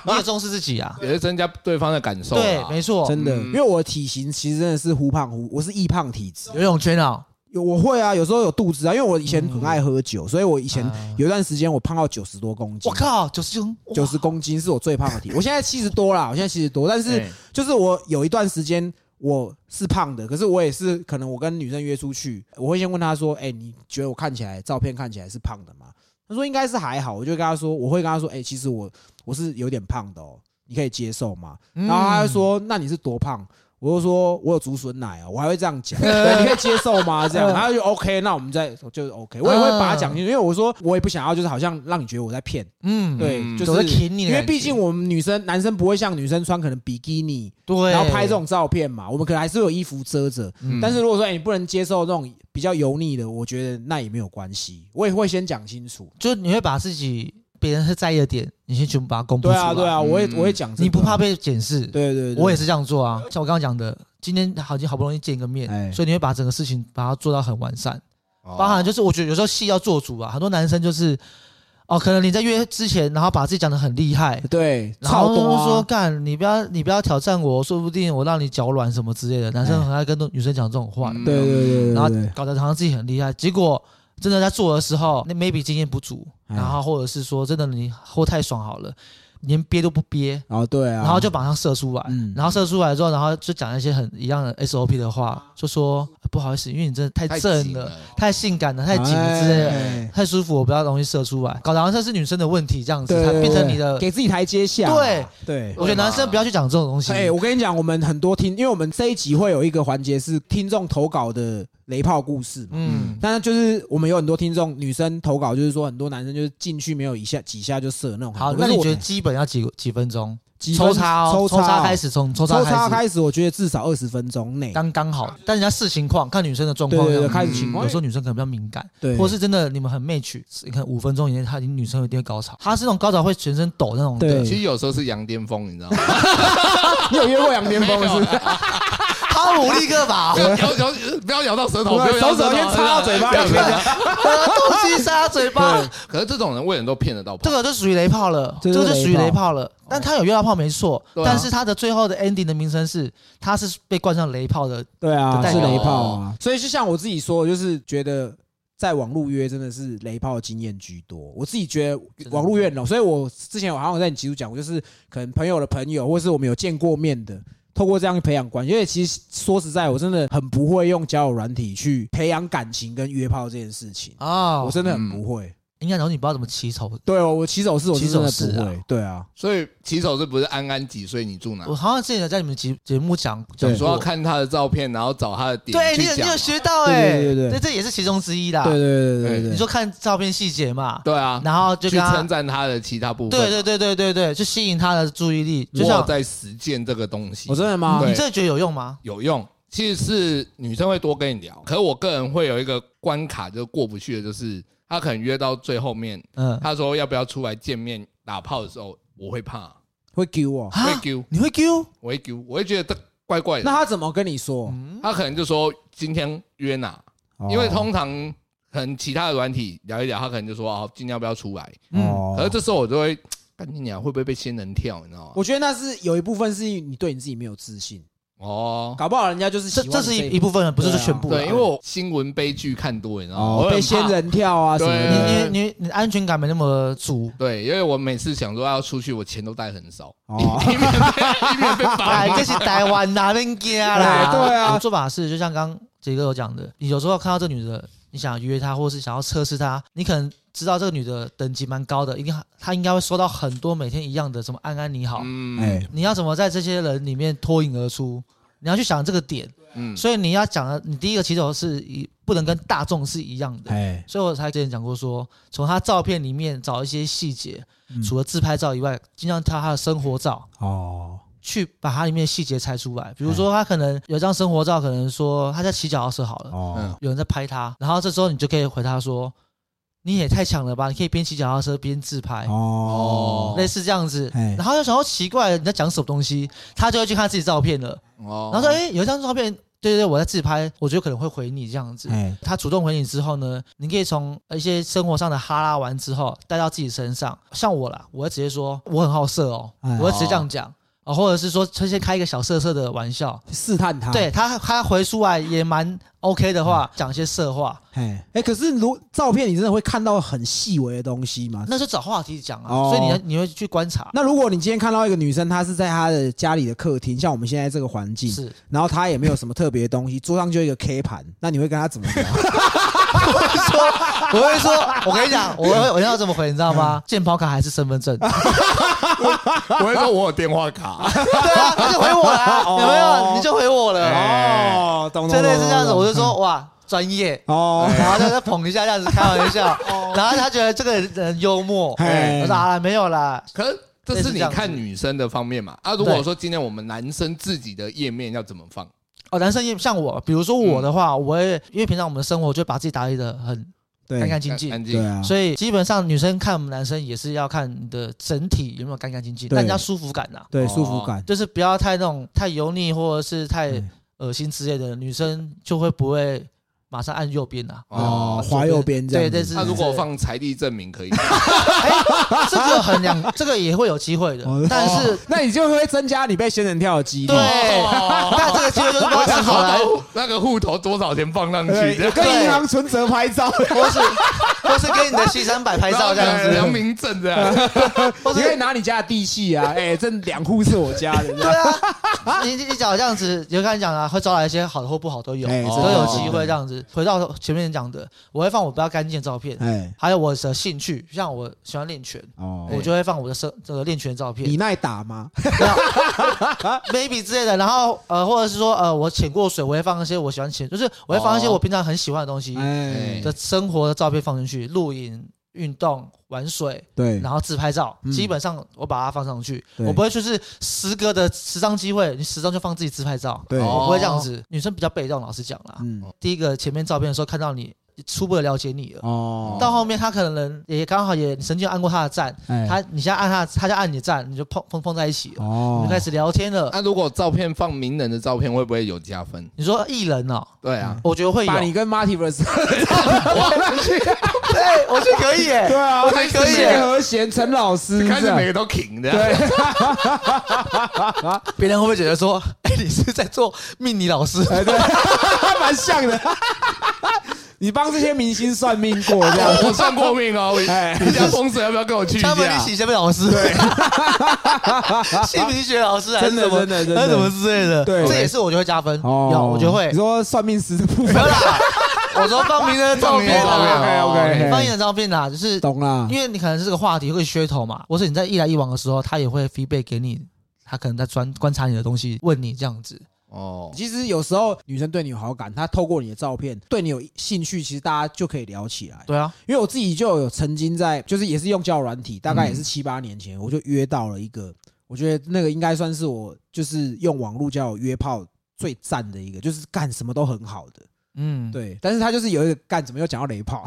S3: 你也重视自己啊，
S1: 也是增加对方的感受啦。啊
S3: 对，没错，
S2: 真的，
S1: 嗯
S2: 因为我体型其实真的是忽胖忽，我是易胖体质。
S3: 游泳圈啊，
S2: 有我会啊，有时候有肚子啊，因为我以前很爱喝
S1: 嗯
S2: 酒，所以我以前
S3: 啊
S2: 有一段时间我胖到九十多公斤。
S3: 我靠，九十九，
S2: 九十公斤是我最胖的体，我现在七十多啦，我现在七十多，但是
S1: 哎
S2: 就是我有一段时间我是胖的，可是我也是可能我跟女生约出去，我会先问她说，哎、你觉得我看起来照片看起来是胖的吗？她说应哎该是还好，我就跟她说，我会跟她说，哎、其实我我是有点胖的哦，你可以接受吗？
S3: 嗯，
S2: 然后她就说，那你是多胖？我就说我有竹笋奶啊，我还会这样讲，对你可以接受吗？这样，
S3: 嗯
S2: 然后就 OK，那我们再就是 OK，我也会把它讲清楚，因为我说我也不想要，就是好像让你觉得我在骗，
S3: 嗯，
S2: 对，
S1: 嗯
S2: 就是
S3: 我在舔你的
S2: 因
S3: 感觉，
S2: 为毕竟我们女生男生不会像女生穿可能比基尼，
S3: 对，
S2: 然后拍这，种照片嘛，我们可能还是有衣服遮着。
S1: 嗯
S2: 但是如果说哎、你不能接受那种比较油腻的，我觉得那也没有关系，我也会先讲清楚。
S3: 就你会把自己别人是在意的点，你先全部把它公布
S2: 对
S3: 出
S2: 啊，
S3: 来，
S2: 对啊，我也
S1: 嗯
S2: 我也讲这个。
S3: 你不怕被检视，
S2: 对？对对对，
S3: 我也是这样做啊，像我刚刚讲的，今天好已经好不容易见个面
S2: 哎，
S3: 所以你会把整个事情把它做到很完善。
S1: 哦
S3: 包含就是我觉得有时候戏要做主啊，很多男生就是哦，可能你在约之前，然后把自己讲的很厉害，
S2: 对，
S3: 然
S2: 超
S3: 后
S2: 多啊
S3: 说干你不要你不要挑战我，说不定我让你脚软什么之类的。男生很爱跟女生讲这种话，
S1: 嗯
S2: 对对对哎对对，
S3: 然后
S2: 对
S3: 搞得好像自己很厉害，结果真的在做的时候，那 maybe 经验不足，
S2: 哎
S3: 然后或者是说真的你喝太爽好了。连憋都不憋，
S2: 哦，对啊，
S3: 然后就马上射出来，
S2: 嗯
S3: 然后射出来之后，然后就讲一些很一样的 SOP 的话，就说呃不好意思，因为你真的太
S1: 太
S3: 正
S1: 紧
S3: 了，
S1: 了，
S3: 太性感了，太紧了之类的。
S2: 哎
S3: 太舒服，我比较容易射出来，搞得好像这是女生的问题这样子，
S2: 对
S3: 才
S2: 对对
S3: 变成你的。
S2: 给自己台阶下嘛，
S3: 对
S2: 对。
S3: 我觉得男生不要去讲这种东西。
S2: 哎、我跟你讲，我们很多听，因为我们这一集会有一个环节是听众投稿的雷炮故事嘛。
S3: 嗯，
S2: 但是就是我们有很多听众女生投稿，就是说很多男生就是进去没有一下几下就射那种。
S3: 好，那
S2: 但是
S3: 你
S2: 我
S3: 觉得基本要几几分钟？
S2: 几分
S3: 抽插哦，
S2: 抽
S3: 抽
S2: 插
S3: 插
S2: 哦
S3: 开始，从抽插
S2: 抽插
S3: 开始，
S2: 开始，我觉得至少二十分钟内，
S3: 刚刚好。但人家视情况，看女生的状
S2: 对哎
S3: 况
S2: 对
S3: 这
S2: 对，
S3: 样子。
S2: 开始情况
S3: 有时，候女生可能比较敏感，
S2: 对，
S3: 或是真的你们很 match，你看五分钟以内，她已经女生有一定高潮，她是那种高潮会全身抖那种的，
S2: 对
S1: 其实有时候是羊癫疯，你知道吗？
S2: 你有约过杨天峰是不是？
S3: 哈姆立刻 吧
S1: 不，要咬咬，不要咬到舌头，不
S2: 对
S1: 要咬到舌
S2: 手
S1: 头
S2: 指先插到嘴巴
S1: 不要
S2: 里面
S1: 不要不要
S3: 东西塞她嘴巴，
S1: 可是这种人为人都骗得到炮，
S3: 这个就属于雷炮了，
S2: 这
S3: 这
S2: 是
S3: 个就属于
S2: 雷
S3: 雷
S2: 炮哦
S3: 炮了。但他有约到炮没错，
S1: 对啊
S3: 但是他的最后的 ending 的名声是，他是被冠上雷炮的。
S2: 对啊，
S3: 就代
S2: 是
S3: 表
S2: 雷炮啊。所以就像我自己说，就是觉得在网路约真的是雷炮经验居多。我自己觉得网路约很浓，所以我之前我好像有在你集数讲过，就是可能朋友的朋友，或是我们有见过面的。透过这样培养关系，因为其实说实在，我真的很不会用交友软体去培养感情跟约炮这件事情，
S3: 哦
S2: 我，真的很不会。
S3: 应该然后你不知道怎么起头，
S2: 对哦，我起手式我是真的
S3: 起手式
S2: 不
S3: 啊
S2: 会。对啊，
S1: 所以骑手是不是安安几岁？你住哪
S3: 我？好像之前有在你们节节目讲
S2: 对
S3: 讲
S1: 你说要
S3: 过，
S1: 看他的照片，然后找他的点
S3: 对你
S1: 去
S3: 有你
S1: 讲嘛
S3: 有学到
S2: 对
S3: 哎，
S2: 对对对对
S3: 这这也是其中之一啦。
S2: 对对对对
S1: 哎
S2: 对对，
S3: 你说看照片细节嘛，
S1: 对啊，
S3: 然后就
S1: 去
S3: 跟他
S1: 称赞他的其他部分。
S3: 对对对对对对，就吸引他的注意力，
S1: 我
S3: 就
S1: 有
S3: 像哦
S1: 在实践这个东西，
S2: 我真的吗？
S1: 对
S3: 你这觉得有用吗？
S1: 有用。其实是女生会多跟你聊，可是我个人会有一个关卡就过不去的，就是他可能约到最后面，
S3: 嗯，
S1: 他说要不要出来见面打炮的时候，我会怕，
S2: 会给我。
S1: 会
S3: 啊，
S1: 丢，
S3: 你会丢？
S1: 我会丢，我会觉得这怪怪的。
S2: 那他怎么跟你说？
S1: 他可能就说今天约哪，嗯
S2: 哦
S1: 因为通常可能其他的软体聊一聊，他可能就说哦，今天要不要出来？
S3: 嗯，
S2: 哦
S1: 可是这时候我就会，干你娘会不会被仙人跳？你知道吗？
S2: 我觉得那是有一部分是你对你自己没有自信，
S1: 哦，
S2: 搞不好人家就是喜欢
S3: 这这是
S2: 你
S3: 一一部分，不是
S2: 对
S3: 说
S2: 啊
S3: 全部啦。
S1: 对，因为我新闻悲剧看多，你知道吗？啊我
S2: 哦
S1: 很
S2: 被
S1: 怕
S2: 仙人跳啊什么
S1: 对
S2: 的。
S3: 你你你你安全感没那么足，
S1: 对，因为我每次想说要出去，我钱都带很少，
S2: 哦，
S1: 以免被以免被罚
S3: 哎，
S1: 款。
S3: 这是台湾哪边家啦？
S2: 对对啊
S3: 我做法是就像刚刚杰哥有讲的，你有时候看到这女的，你想约她，或是想要测试她，你可能知道这个女的等级蛮高的，一定她应该会收到很多每天一样的什么安安你好，
S1: 嗯
S2: 哎，
S3: 你要怎么在这些人里面脱颖而出？你要去想这个点，
S1: 嗯，
S3: 所以你要讲的，你第一个起手是一不能跟大众是一样的。
S2: 哎，
S3: 所以我才之前讲过说，从她照片里面找一些细节，
S2: 嗯
S3: 除了自拍照以外，尽量挑她的生活照，
S2: 哦，
S3: 去把它里面的细节拆出来。比如说，他可能有一张生活照，可能说他在骑脚踏车好了，
S2: 哦，
S3: 有人在拍他，然后这时候你就可以回他说：“你也太强了吧！你可以边骑脚踏车边自拍，
S2: 哦，
S3: 类似这样子。”
S2: 哎
S3: 然后就想说奇怪，你在讲什么东西？他就会去看自己照片了，
S1: 哦
S3: 然后说：“哎、有一张照片，对对对，我在自拍，我觉得可能会回你这样子。”
S2: 哎，
S3: 他主动回你之后呢，你可以从一些生活上的哈拉完之后带到自己身上。像我啦，我会直接说我很好色哦，
S2: 哎
S3: 我会直接这样讲啊、或者是说先开一个小色色的玩笑。
S2: 试探他。
S3: 对，他，他回出来也蛮 OK 的话，讲一些色话，
S2: 哎，哎，可是如照片你真的会看到很细微的东西吗？
S3: 那就找话题讲啊。
S2: 哦
S3: 所以你要你会去观察，
S2: 那如果你今天看到一个女生，她是在她的家里的客厅，像我们现在这个环境，
S3: 是
S2: 然后她也没有什么特别的东西，桌上就一个 K 盘，那你会跟她怎么聊？
S3: 我会说，我跟你讲，我会我要怎么回，你知道吗？健保卡还是身份证？
S1: 我会说我有电话卡，
S3: 对啊，他就回我啦，有没有？你就回我 了 哦。
S2: 哦，懂
S3: 真的是这样子，我就说
S2: 嗯
S3: 哇，专业。
S2: 哦，
S3: 然后就在捧一下这样子开玩笑，然后他觉得这个人幽默，
S2: 哎
S3: 我说啊没有啦，
S1: 可是这是你看女生的方面嘛？啊，如果说今天我们男生自己的页面要怎么放？
S3: 哦男生也像我，比如说我的话，我也因为平常我们的生活就把自己打理的很干
S2: 对，
S3: 干净净。
S1: 安
S2: 对
S1: 静，
S2: 啊，
S3: 所以基本上，女生看我们男生也是要看你的整体有没有干干净净，
S2: 对
S3: 让人家舒服感呐、啊
S2: 对
S1: 哦
S2: 舒服感，
S3: 就是不要太那种太油腻或者是太
S2: 嗯
S3: 恶心之类的，女生就会不会马上按右边啊 呐、
S2: 哦
S1: 哦，
S2: 滑右边这样子。
S3: 对对是
S1: 那如果放财力证 明可以吗？
S3: 这个很两，这个也会有机会的
S2: 哦，
S3: 但是
S2: 哦那你就会增加你被仙人跳的几率。
S3: 对，
S2: 哦
S3: 但这个机会就是不知道
S1: 我
S3: 是
S1: 想
S3: 好
S1: 说
S3: 来
S1: 那个户头多少钱放上去？这样
S2: 对，跟银行存折拍照，
S3: 或是或是跟你的西三百拍照这样
S1: 良
S3: 子，
S1: 民证这 样，
S3: 或
S2: 你可以
S3: 是
S2: 拿你家的地契啊，哎，这两户是我家的，
S3: 对啊，你你你讲这样子，就刚才讲了，会招来一些好的或不好都有，
S2: 哎
S3: 都有
S1: 真的
S3: 机会这样子。回到前面讲的，我会放我比较干净的照片，
S2: 哎，
S3: 还有我的兴趣，像我喜欢练拳，
S2: 哦，
S3: 我就会放我的生这个练拳的照片
S2: 你耐打吗？
S3: ，maybe 之类的。然后呃，或者是说呃，我潜过水，我会放一些我喜欢潜，就是我会放一些
S1: 哦
S3: 我平常很喜欢的东西
S2: 哎，
S3: 的生活的照片放进去，露营、运动、玩水，
S2: 对，
S3: 然后自拍照，
S2: 嗯
S3: 基本上我把它放上去，
S2: 对
S3: 我不会就是十个的十张机会，你十张就放自己自拍照，
S2: 对，
S1: 哦
S3: 我不会这样子。女生比较被动，老实讲啦，
S2: 嗯，
S3: 第一个前面照片的时候看到你，初步的了解你了。
S2: 哦，
S3: 到后面她可能也刚好也你曾经按过她的赞，
S2: 哎
S3: 她你现在按她，她就按你的赞，你就碰碰碰在一起了，你
S2: 哦
S3: 们开始聊天了。
S1: 那如果照片放名人的照片，会不会有加分？
S3: 你说艺人哦，
S1: 对啊，
S3: 我觉得会哦有
S2: 把，你跟 Martiverse 上去，
S3: 对我觉得可以
S2: 对
S3: 耶，
S2: 啊，
S3: 我觉得可以
S2: 谢和弦、陈老师
S1: 开
S2: 这
S1: 始每
S2: 样，
S1: 个都停的，
S2: 啊
S1: 啊
S2: 对，
S3: 别人会不会觉得说，哎，你是在做命理老师？
S2: 哎，对， 蛮像的。你帮这些明星算命过 这样，
S1: 我我算过命哦，
S2: 哎
S1: 你家风水要不要跟我去
S2: 啊
S1: 一下
S3: 他？们一起先被老师，姓名学老师还是什么，
S2: 真的真的真的
S3: 还是什么之类的，
S2: 对哦
S3: 这也是我就会加分，有我就会
S2: 你，说算命师的部
S3: 没
S2: 分
S3: 有，啦，我说放名人的照
S1: 放名
S3: 片
S1: 人照片啊
S3: 啦，
S2: OK，OK，OK
S3: 放名人的照片啦，就是
S2: 懂啦。
S3: 因为你可能是这个话题会噱头嘛，或是你在一来一往的时候，他也会 feedback 给你，他可能在专观察你的东西，问你这样子，
S1: 哦，
S2: 其实有时候女生对你有好感，她透过你的照片对你有兴趣，其实大家就可以聊起来。
S3: 对啊，
S2: 因为我自己就有曾经在，就是也是用交友软体，大概
S3: 嗯
S2: 也是七八年前，我就约到了一个，我觉得那个应该算是我就是用网络交友约炮最赞的一个，就是干什么都很好的。
S3: 嗯，
S2: 对，但是他就是有一个干，怎么又讲到雷 炮？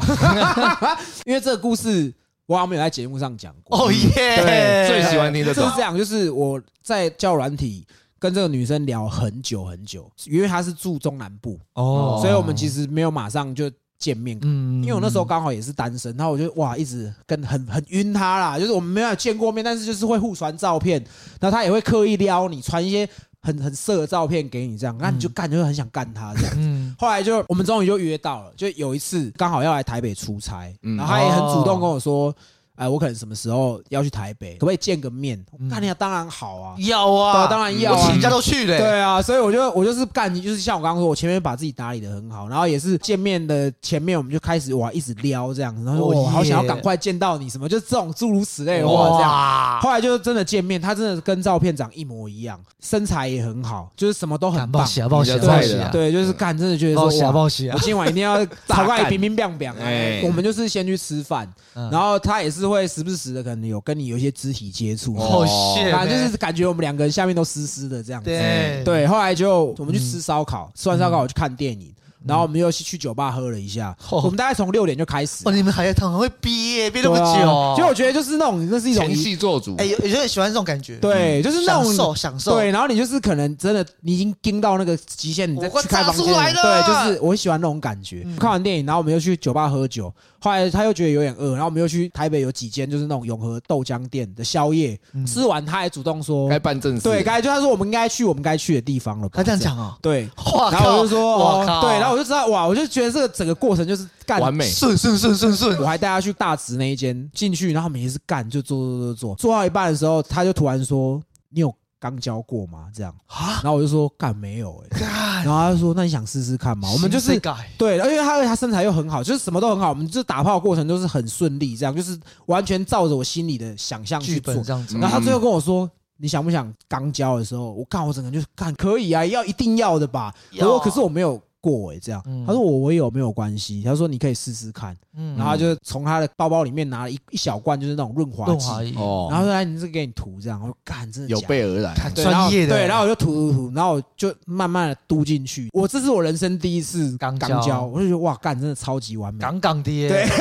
S2: 因为这个故事我好像没有在节目上讲过。
S3: 哦耶，
S2: 对
S1: 最喜欢听这
S2: 就
S1: 种
S2: 是这样，就是我在交友软体跟这个女生聊很久很久，因为她是住中南部，
S3: 哦，
S2: 所以我们其
S3: 实，
S2: 实没有马上就见面。
S3: 嗯
S2: 因为我那时候刚好也是单身，然后我就哇一直跟很很晕她啦，就是我们没有见过面，但是就是会互传照片，然后她也会刻意撩你，传一些很很色的照片给你，这样，那你就干，就会很想干她这样。
S3: 嗯，
S2: 后来就我们终于就约到了，就有一次刚好要来台北出差，
S1: 嗯
S2: 然后他也很主
S3: 哦
S2: 动跟我说，哎、我可能什么时候要去台北，可不可以见个面？
S3: 嗯
S2: 那你、当然好啊，
S3: 要
S2: 对啊
S3: 啊，
S2: 当然要
S3: 我
S2: 啊
S3: 请。假都去嘞，
S2: 对啊，所以我就我就是干，就是像我刚刚说，我前面把自己打理的很好，然后也是见面的前面我们就开始哇一直撩这样，然后说
S3: 哦
S2: 我好想要
S3: 耶哦
S2: 赶快见到你，什么就这种诸如此类的话这样。
S3: 哇，
S2: 后来就是真的见面，他真的跟照片长一模一样，身材也很好，就是什么都很
S3: 敢报
S2: 棒。
S3: 喜啊，报喜啊，
S1: 你的菜
S3: 报
S1: 的
S3: 喜啊，
S2: 对，就是干，真的觉得
S3: 报
S2: 说
S3: 喜啊，
S2: 哇
S3: 报喜啊
S2: 我，今晚一定要大概冰冰冰冰哎
S1: 哎！
S2: 我们就是先去吃饭，
S3: 然
S2: 然后他也是会时不时的可能有跟你有一些肢体接触，
S1: 哦
S3: 好谢，
S2: 反正就是感觉我们两个人下面都湿湿的这样子。
S3: 啊嗯对啊
S2: 对，后来就我们去吃烧烤，吃完烧烤我去看电影，然后我们又去酒吧喝了一下。
S3: 嗯哦
S2: 我们大概从六点就开始
S3: 哦，，你们还很很会憋耶，憋那么
S2: 对啊
S3: 久，
S2: 其实我觉得就是那种，那是一种
S1: 前戏做主
S3: 哎，，有有些人喜欢这种感觉，，
S2: 对，就是那
S3: 嗯享
S2: 种
S3: 受享受，
S2: 对，然后你就是可能真的你已经盯到那个极限，你再
S3: 我快
S2: 去开
S3: 炸
S2: 房间
S3: 出来了嗯
S2: 对，就是我很喜欢那种感觉。看完电影，然后我们又去酒吧喝酒，后来他又觉得有点饿，然后我们又去台北有几间就是那种永和豆浆店的宵夜，
S3: 嗯
S2: 吃完他还主动说
S1: 该，办正事，
S2: 对，该就他说我们应该去我们该去的地方了吧。
S3: 他这样，讲哦，
S2: 对。
S3: 哇
S2: 然后我就说，
S3: 我
S2: 哦
S3: 靠，
S2: 对，然后我就知道，哇，我就觉得这个整个过程就是干
S1: 完美
S3: 顺顺顺 顺
S2: 我
S3: 顺，
S2: 还带他去大直那一间进去，然后每次干就做做做做，做到一半的时候，他就突然说：“你有刚交过吗？”这样
S3: 啊
S2: 然后我就说：“干没有哎、
S3: 干
S2: 然后他就说：“那你想试试看吗？”我们就是
S3: 改，
S2: 对，而且他他身材又很好，就是什么都很好，我们就打炮的过程都是很顺利，这样就是完全照着我心里的想象去
S3: 剧
S2: 做
S3: 本。这样子
S1: 嗯
S2: 然，后他最后跟我说。你想不想刚交的时候？我看我整个人就是干可以啊，要一定要的吧。
S3: 要
S2: 我
S1: 啊
S2: 说可是我没有过哎、这样。
S3: 嗯
S2: 他说我我有没有关系？他说你可以试试看。
S3: 嗯
S2: 然后他就从他的包包里面拿了一一小罐，就是那种润滑
S3: 润
S2: 剂，
S3: 滑液，
S1: 哦，
S2: 然后说来你这个给你涂这样，我说干真的
S1: 有
S2: 假的
S1: 备而来，
S3: 看
S2: 对然后
S3: 专业的，
S2: 对，然后我就涂涂涂，然后我就慢慢的嘟进去，我这是我人生第一次
S3: 肛交
S2: 肛交，我就觉得哇干真的超级完美，
S3: 杠杠的，
S2: 对，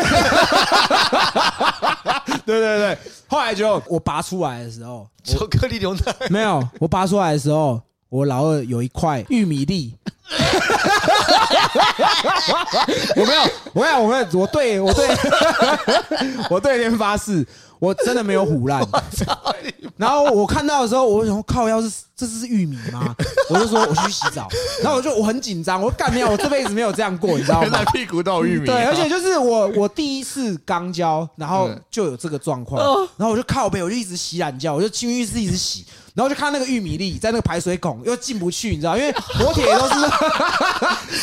S2: 对对对，后来就我拔出来的时候，
S3: 巧克力牛奶，
S2: 没有，我拔出来的时候，我老二有一块玉米粒。 我没有，我没有，我没有，我对我对， 我对天发誓，我真的没有胡乱。然后我看到的时候，我想靠，要是这是玉米吗？我就说我去洗澡，然后我就我很紧张，我说干没有，我这辈子没有这样过，你知道
S1: 原
S2: 吗
S1: 来？屁股都有玉米啊、
S2: 对，而且就是我我第一次刚交，然后
S1: 嗯
S2: 就有这个状况，
S3: 哦
S2: 然后我就靠背，我就一直洗懒觉，我就进浴室一直洗，然后就看那个玉米粒在那个排水孔又进不去，你知道，因为磨铁都 是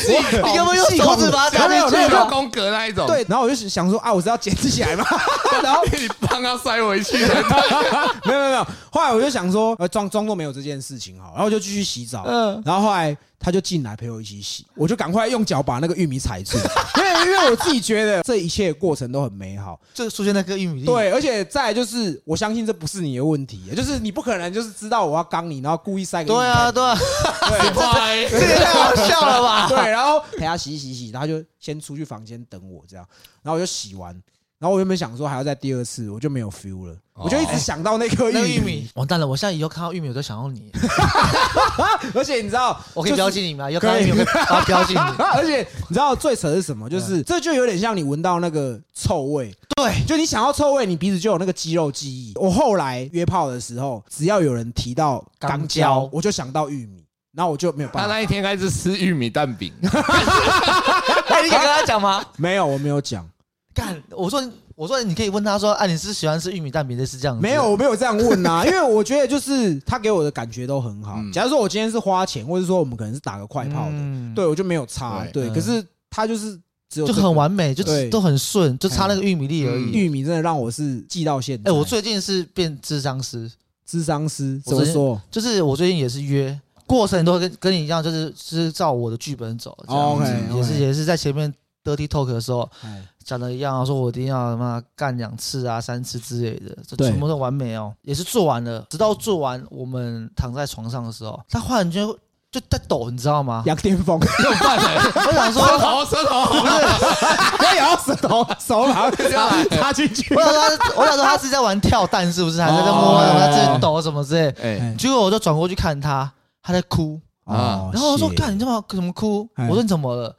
S2: 细孔，
S3: 你有没有用
S2: 细孔
S3: 手指把它
S2: 没有
S3: 打进去
S2: 没有没有
S3: 啊
S1: 宫格那一种，
S2: 对，然后我就想说啊，我是要捡起来嘛， 然后
S1: 你帮他塞回去，
S2: 没有没有没有，后来我就想说，呃，装装作没有这件事情好，然后我就继续洗澡，
S3: 嗯
S2: 然后后来他就进来陪我一起洗，我就赶快用脚把那个玉米踩住， 因为因为我自己觉得这一切过程都很美好，
S3: 就出现那颗玉米粒，，
S2: 对，而且再来就是我相信这不是你的问题，就是你不可能就是知道我要刚你，然后故意塞给你
S3: 对啊，
S2: 看，
S3: 对啊，
S1: 拜
S3: 这也太好笑了吧？
S2: 对，然后陪他洗一洗一洗，然后就先出去房间等我这样，然后我就洗完，然后我原本想说还要再第二次，我就没有 feel 了，我就一直想 到那颗
S3: 哦那个
S2: 玉
S3: 玉
S2: 米
S3: 米，完蛋了！我现在以后看到玉米，我都想要你，
S2: 而且你知道，
S3: 我可以
S2: 就是
S3: 标记你吗？以后看到玉米，我可以把它标记你。
S2: 而且你知道最扯的是什
S3: 嗯
S2: 么？就是这就有点像你闻到那个臭味，
S3: 对，
S2: 就你想要臭味，你鼻子就有那个肌肉记忆。我后来约炮的时候，只要有人提到钢
S3: 钢
S2: 胶
S3: 胶，
S2: 我就想到玉米，然后我就没有
S1: 他
S2: 办法。
S1: 那一天开始吃玉米蛋 饼，
S3: 哎，你敢跟他讲吗？
S2: 没有，我没有讲，
S3: 干，我说，我说你可以问他说，哎，你是喜欢吃玉米蛋饼，类似这样子？
S2: 没有，，我没有这样问 啊，因为我觉得就是他给我的感觉都很好。
S1: 嗯
S2: 假如说我今天是花钱，或者说我们可能是打个快炮的，
S3: 嗯，
S2: 对我就没有差。啊
S1: 对
S2: 对，
S3: 嗯
S2: 可是他就是只有
S3: 就
S2: 这个
S3: 很完美，就
S2: 对
S3: 都很顺，就差那个玉米粒而
S1: 嗯
S3: 已。
S2: 玉米真的让我是记到现在。
S3: 哎、我最近是变智商师，
S2: 智商师
S3: 我
S2: 怎么
S3: 最近
S2: 说？
S3: 就是我最近也是约，过程都跟跟你一样，就是是照我的剧本走，这样子、
S2: 哦 OK，OK
S3: 也是也是在前面 dirty talk 的时候
S2: 哎
S3: 讲的一样啊，说我一定要他妈干两次啊、三次之类的，这
S2: 对
S3: 全部都完美哦，也是做完了，直到做完我们躺在床上的时候，他忽然间就在抖，你知道吗？
S2: 羊癫疯，
S1: 又饭了，
S3: 我想说
S1: 哦舌。头舌头，
S2: 他咬舌头，手把它
S1: 下来
S2: 插进去
S3: 我。想说他，我想说他是在玩跳蛋，是不是？还在在
S2: 哦
S3: 摸，还在这抖什么之类的。
S1: 哎，
S2: 哎
S3: 结果我就转过去看他，他在哭。
S1: 啊
S2: 哦
S3: 然后我说：“
S2: 谢
S3: 干，你干嘛怎么哭？”
S2: 哎
S3: 我说：“你怎么了？”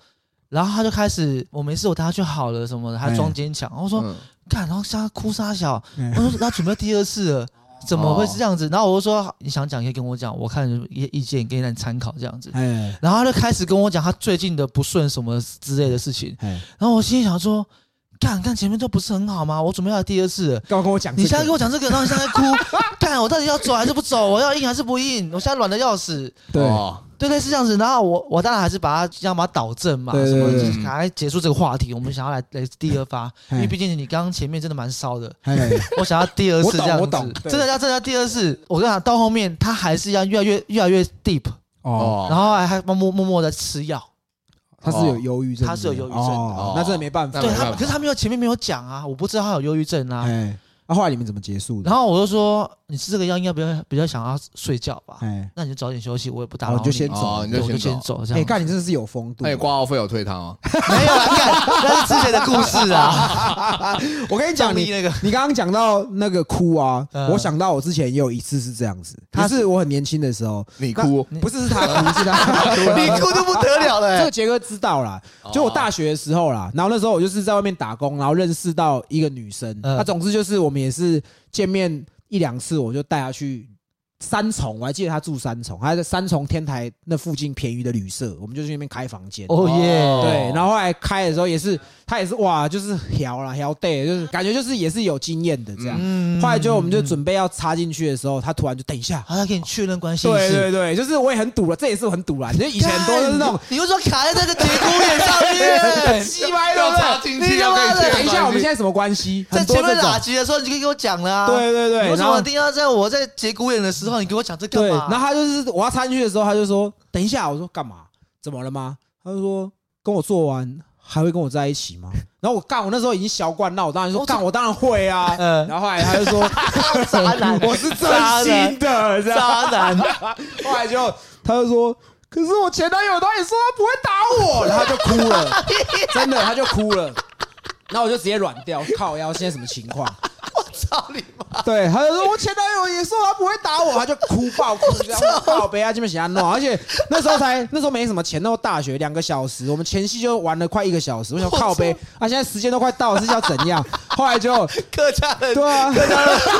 S3: 然后他就开始，我没事，我带他去好了什么的，
S2: 哎
S3: 还装坚强。我说
S1: 嗯：“
S3: 干，然后吓他哭傻小。”
S2: 嗯哦
S3: 我说：“他准备第二次 了，怎么会是这样子？”然后我就说：“你想讲可以跟我讲，我看意意见给你参考 这样子。
S2: 哎”
S3: 然后他就开始跟我讲他最近的不顺什么之类的事情。
S2: 哎，
S3: 然后我心里想说：“干，干前面都不是很好吗？我准备要第二次了。”
S2: 干嘛跟我讲这个？
S3: 你现在跟我讲这个，然后你现在 哭，干！我到底要走还是不走？我要硬还是不硬？我现在软的要死。
S2: 对
S1: 哦
S3: 对对，是这样子。然后我我当然还是把它要把它导正嘛，
S2: 对对
S3: 什么
S2: 对
S3: 就是赶快结束这个话题。我们想要来来第二发，因为毕竟你刚刚前面真的蛮骚的，
S2: 哎，
S3: 我想要第二
S2: 我
S3: 次
S2: 懂
S3: 这样
S2: 我
S3: 子
S2: 懂，对
S3: 真的要真的要第二次。我跟你讲，到后面他还是一样越来越越来越 deep，
S2: 哦，
S1: 哦，
S3: 然后还还默默默默的吃药。
S2: 他是有忧郁症，
S3: 他是有忧郁症
S2: 哦
S1: 哦
S2: 那真的没办法。
S1: 那
S3: 对
S1: 没
S3: 他，
S1: 办法
S3: 可是他没有前面没有讲啊，我不知道他有忧郁症啊。
S2: 哎，那后来你们怎么结束的？
S3: 然后我就说，你吃这个药应该比较比较想要睡觉吧？
S2: 哎，
S3: 那你就早点休息，我也不打
S2: 哦
S3: 扰
S2: 你就先走
S1: 哦，你
S3: 对我
S1: 就
S3: 就
S1: 先
S3: 先
S1: 走。
S3: 走这
S2: 哎，
S3: 样。
S2: 干，你真的是有风度
S1: 那。你挂号费有退汤哦，
S3: 没有啦，干，那是之前的故事啊。
S2: 我跟你讲，
S3: 你
S2: 你
S3: 那个
S2: 你刚刚讲到那个哭啊，
S3: 嗯
S2: 我想到我之前也有一次是这样子，他
S3: 他
S2: 是我很年轻的时候，
S1: 你哭，
S2: 不是是他哭，是他哭。
S3: 你哭就不得了了、
S1: 哎
S2: 这个杰哥知道啦，啊就我
S1: 哦
S2: 大学的时候啦，然后那时候我就是在外面打工，然后认识到一个女生，
S3: 嗯
S2: 她总之就是我们也是见面一两次，我就带她去三重，我还记得她住三重，她在三重天台那附近便宜的旅社，我们就去那边开房间。
S3: 哦
S1: 哦
S3: 耶，
S2: 对，然后后来开的时候也是，她也是哇，就是摇啦摇 day，就是感觉就是也是有经验的这样。
S3: 嗯
S2: 后来就我们就准备要插进去的时候，她突然就等一下，
S3: 好像给你确认 关系
S2: 对
S3: 是。
S2: 对对，就是我也很堵了，这也是我很堵了，就以前都是那种
S3: 干，你又说卡在这个节骨眼上 面，
S2: 鸡
S1: 要
S2: 掰对不对
S1: 插进去，
S3: 啊你
S1: 要
S3: 他妈
S1: 跟
S3: 的
S1: 你确认
S2: 哎等一下，我
S1: 关
S2: 们现
S1: 系
S2: 在什么关系？
S3: 在
S2: 很多
S3: 前面
S2: 这
S3: 打
S2: 种。
S3: 击的时候，你就给我讲了啊。
S2: 对对
S3: 你
S2: 对，
S3: 为什
S2: 然
S3: 么
S2: 后
S3: 一定要在我在节骨眼的时候，你给我讲这干
S2: 对，
S3: 嘛？
S2: 然后他就是我要插进去的时候，他就说：“等一下。”我说：“干嘛？怎么了吗？”他就说：“跟我做完还会跟我在一起吗？” 然后我干，我那时候已经小惯，那我当然说：“
S3: 哦这
S2: 干，我当然会啊。”
S3: 嗯
S2: 然后后来他就说
S3: 渣男：“啊
S2: 我是啊真心的。”这样，
S3: 渣男，
S2: 后来就他就说。可是我前男友他也说他不会打我，然后他就哭了，真的他就哭了，然后我就直接软掉，靠腰，现在什么情况？
S3: 我操你妈！
S2: 对，他就说我前男友也说他不会打我，他就哭爆哭这样，爆悲啊，基本喜欢弄。而且那时候才那时候没什么钱，那时候大学两个小时，我们前戏就玩了快一个小时，我想靠背啊，现在时间都快到了，是要怎样？后来就
S3: 客家人
S2: 对啊，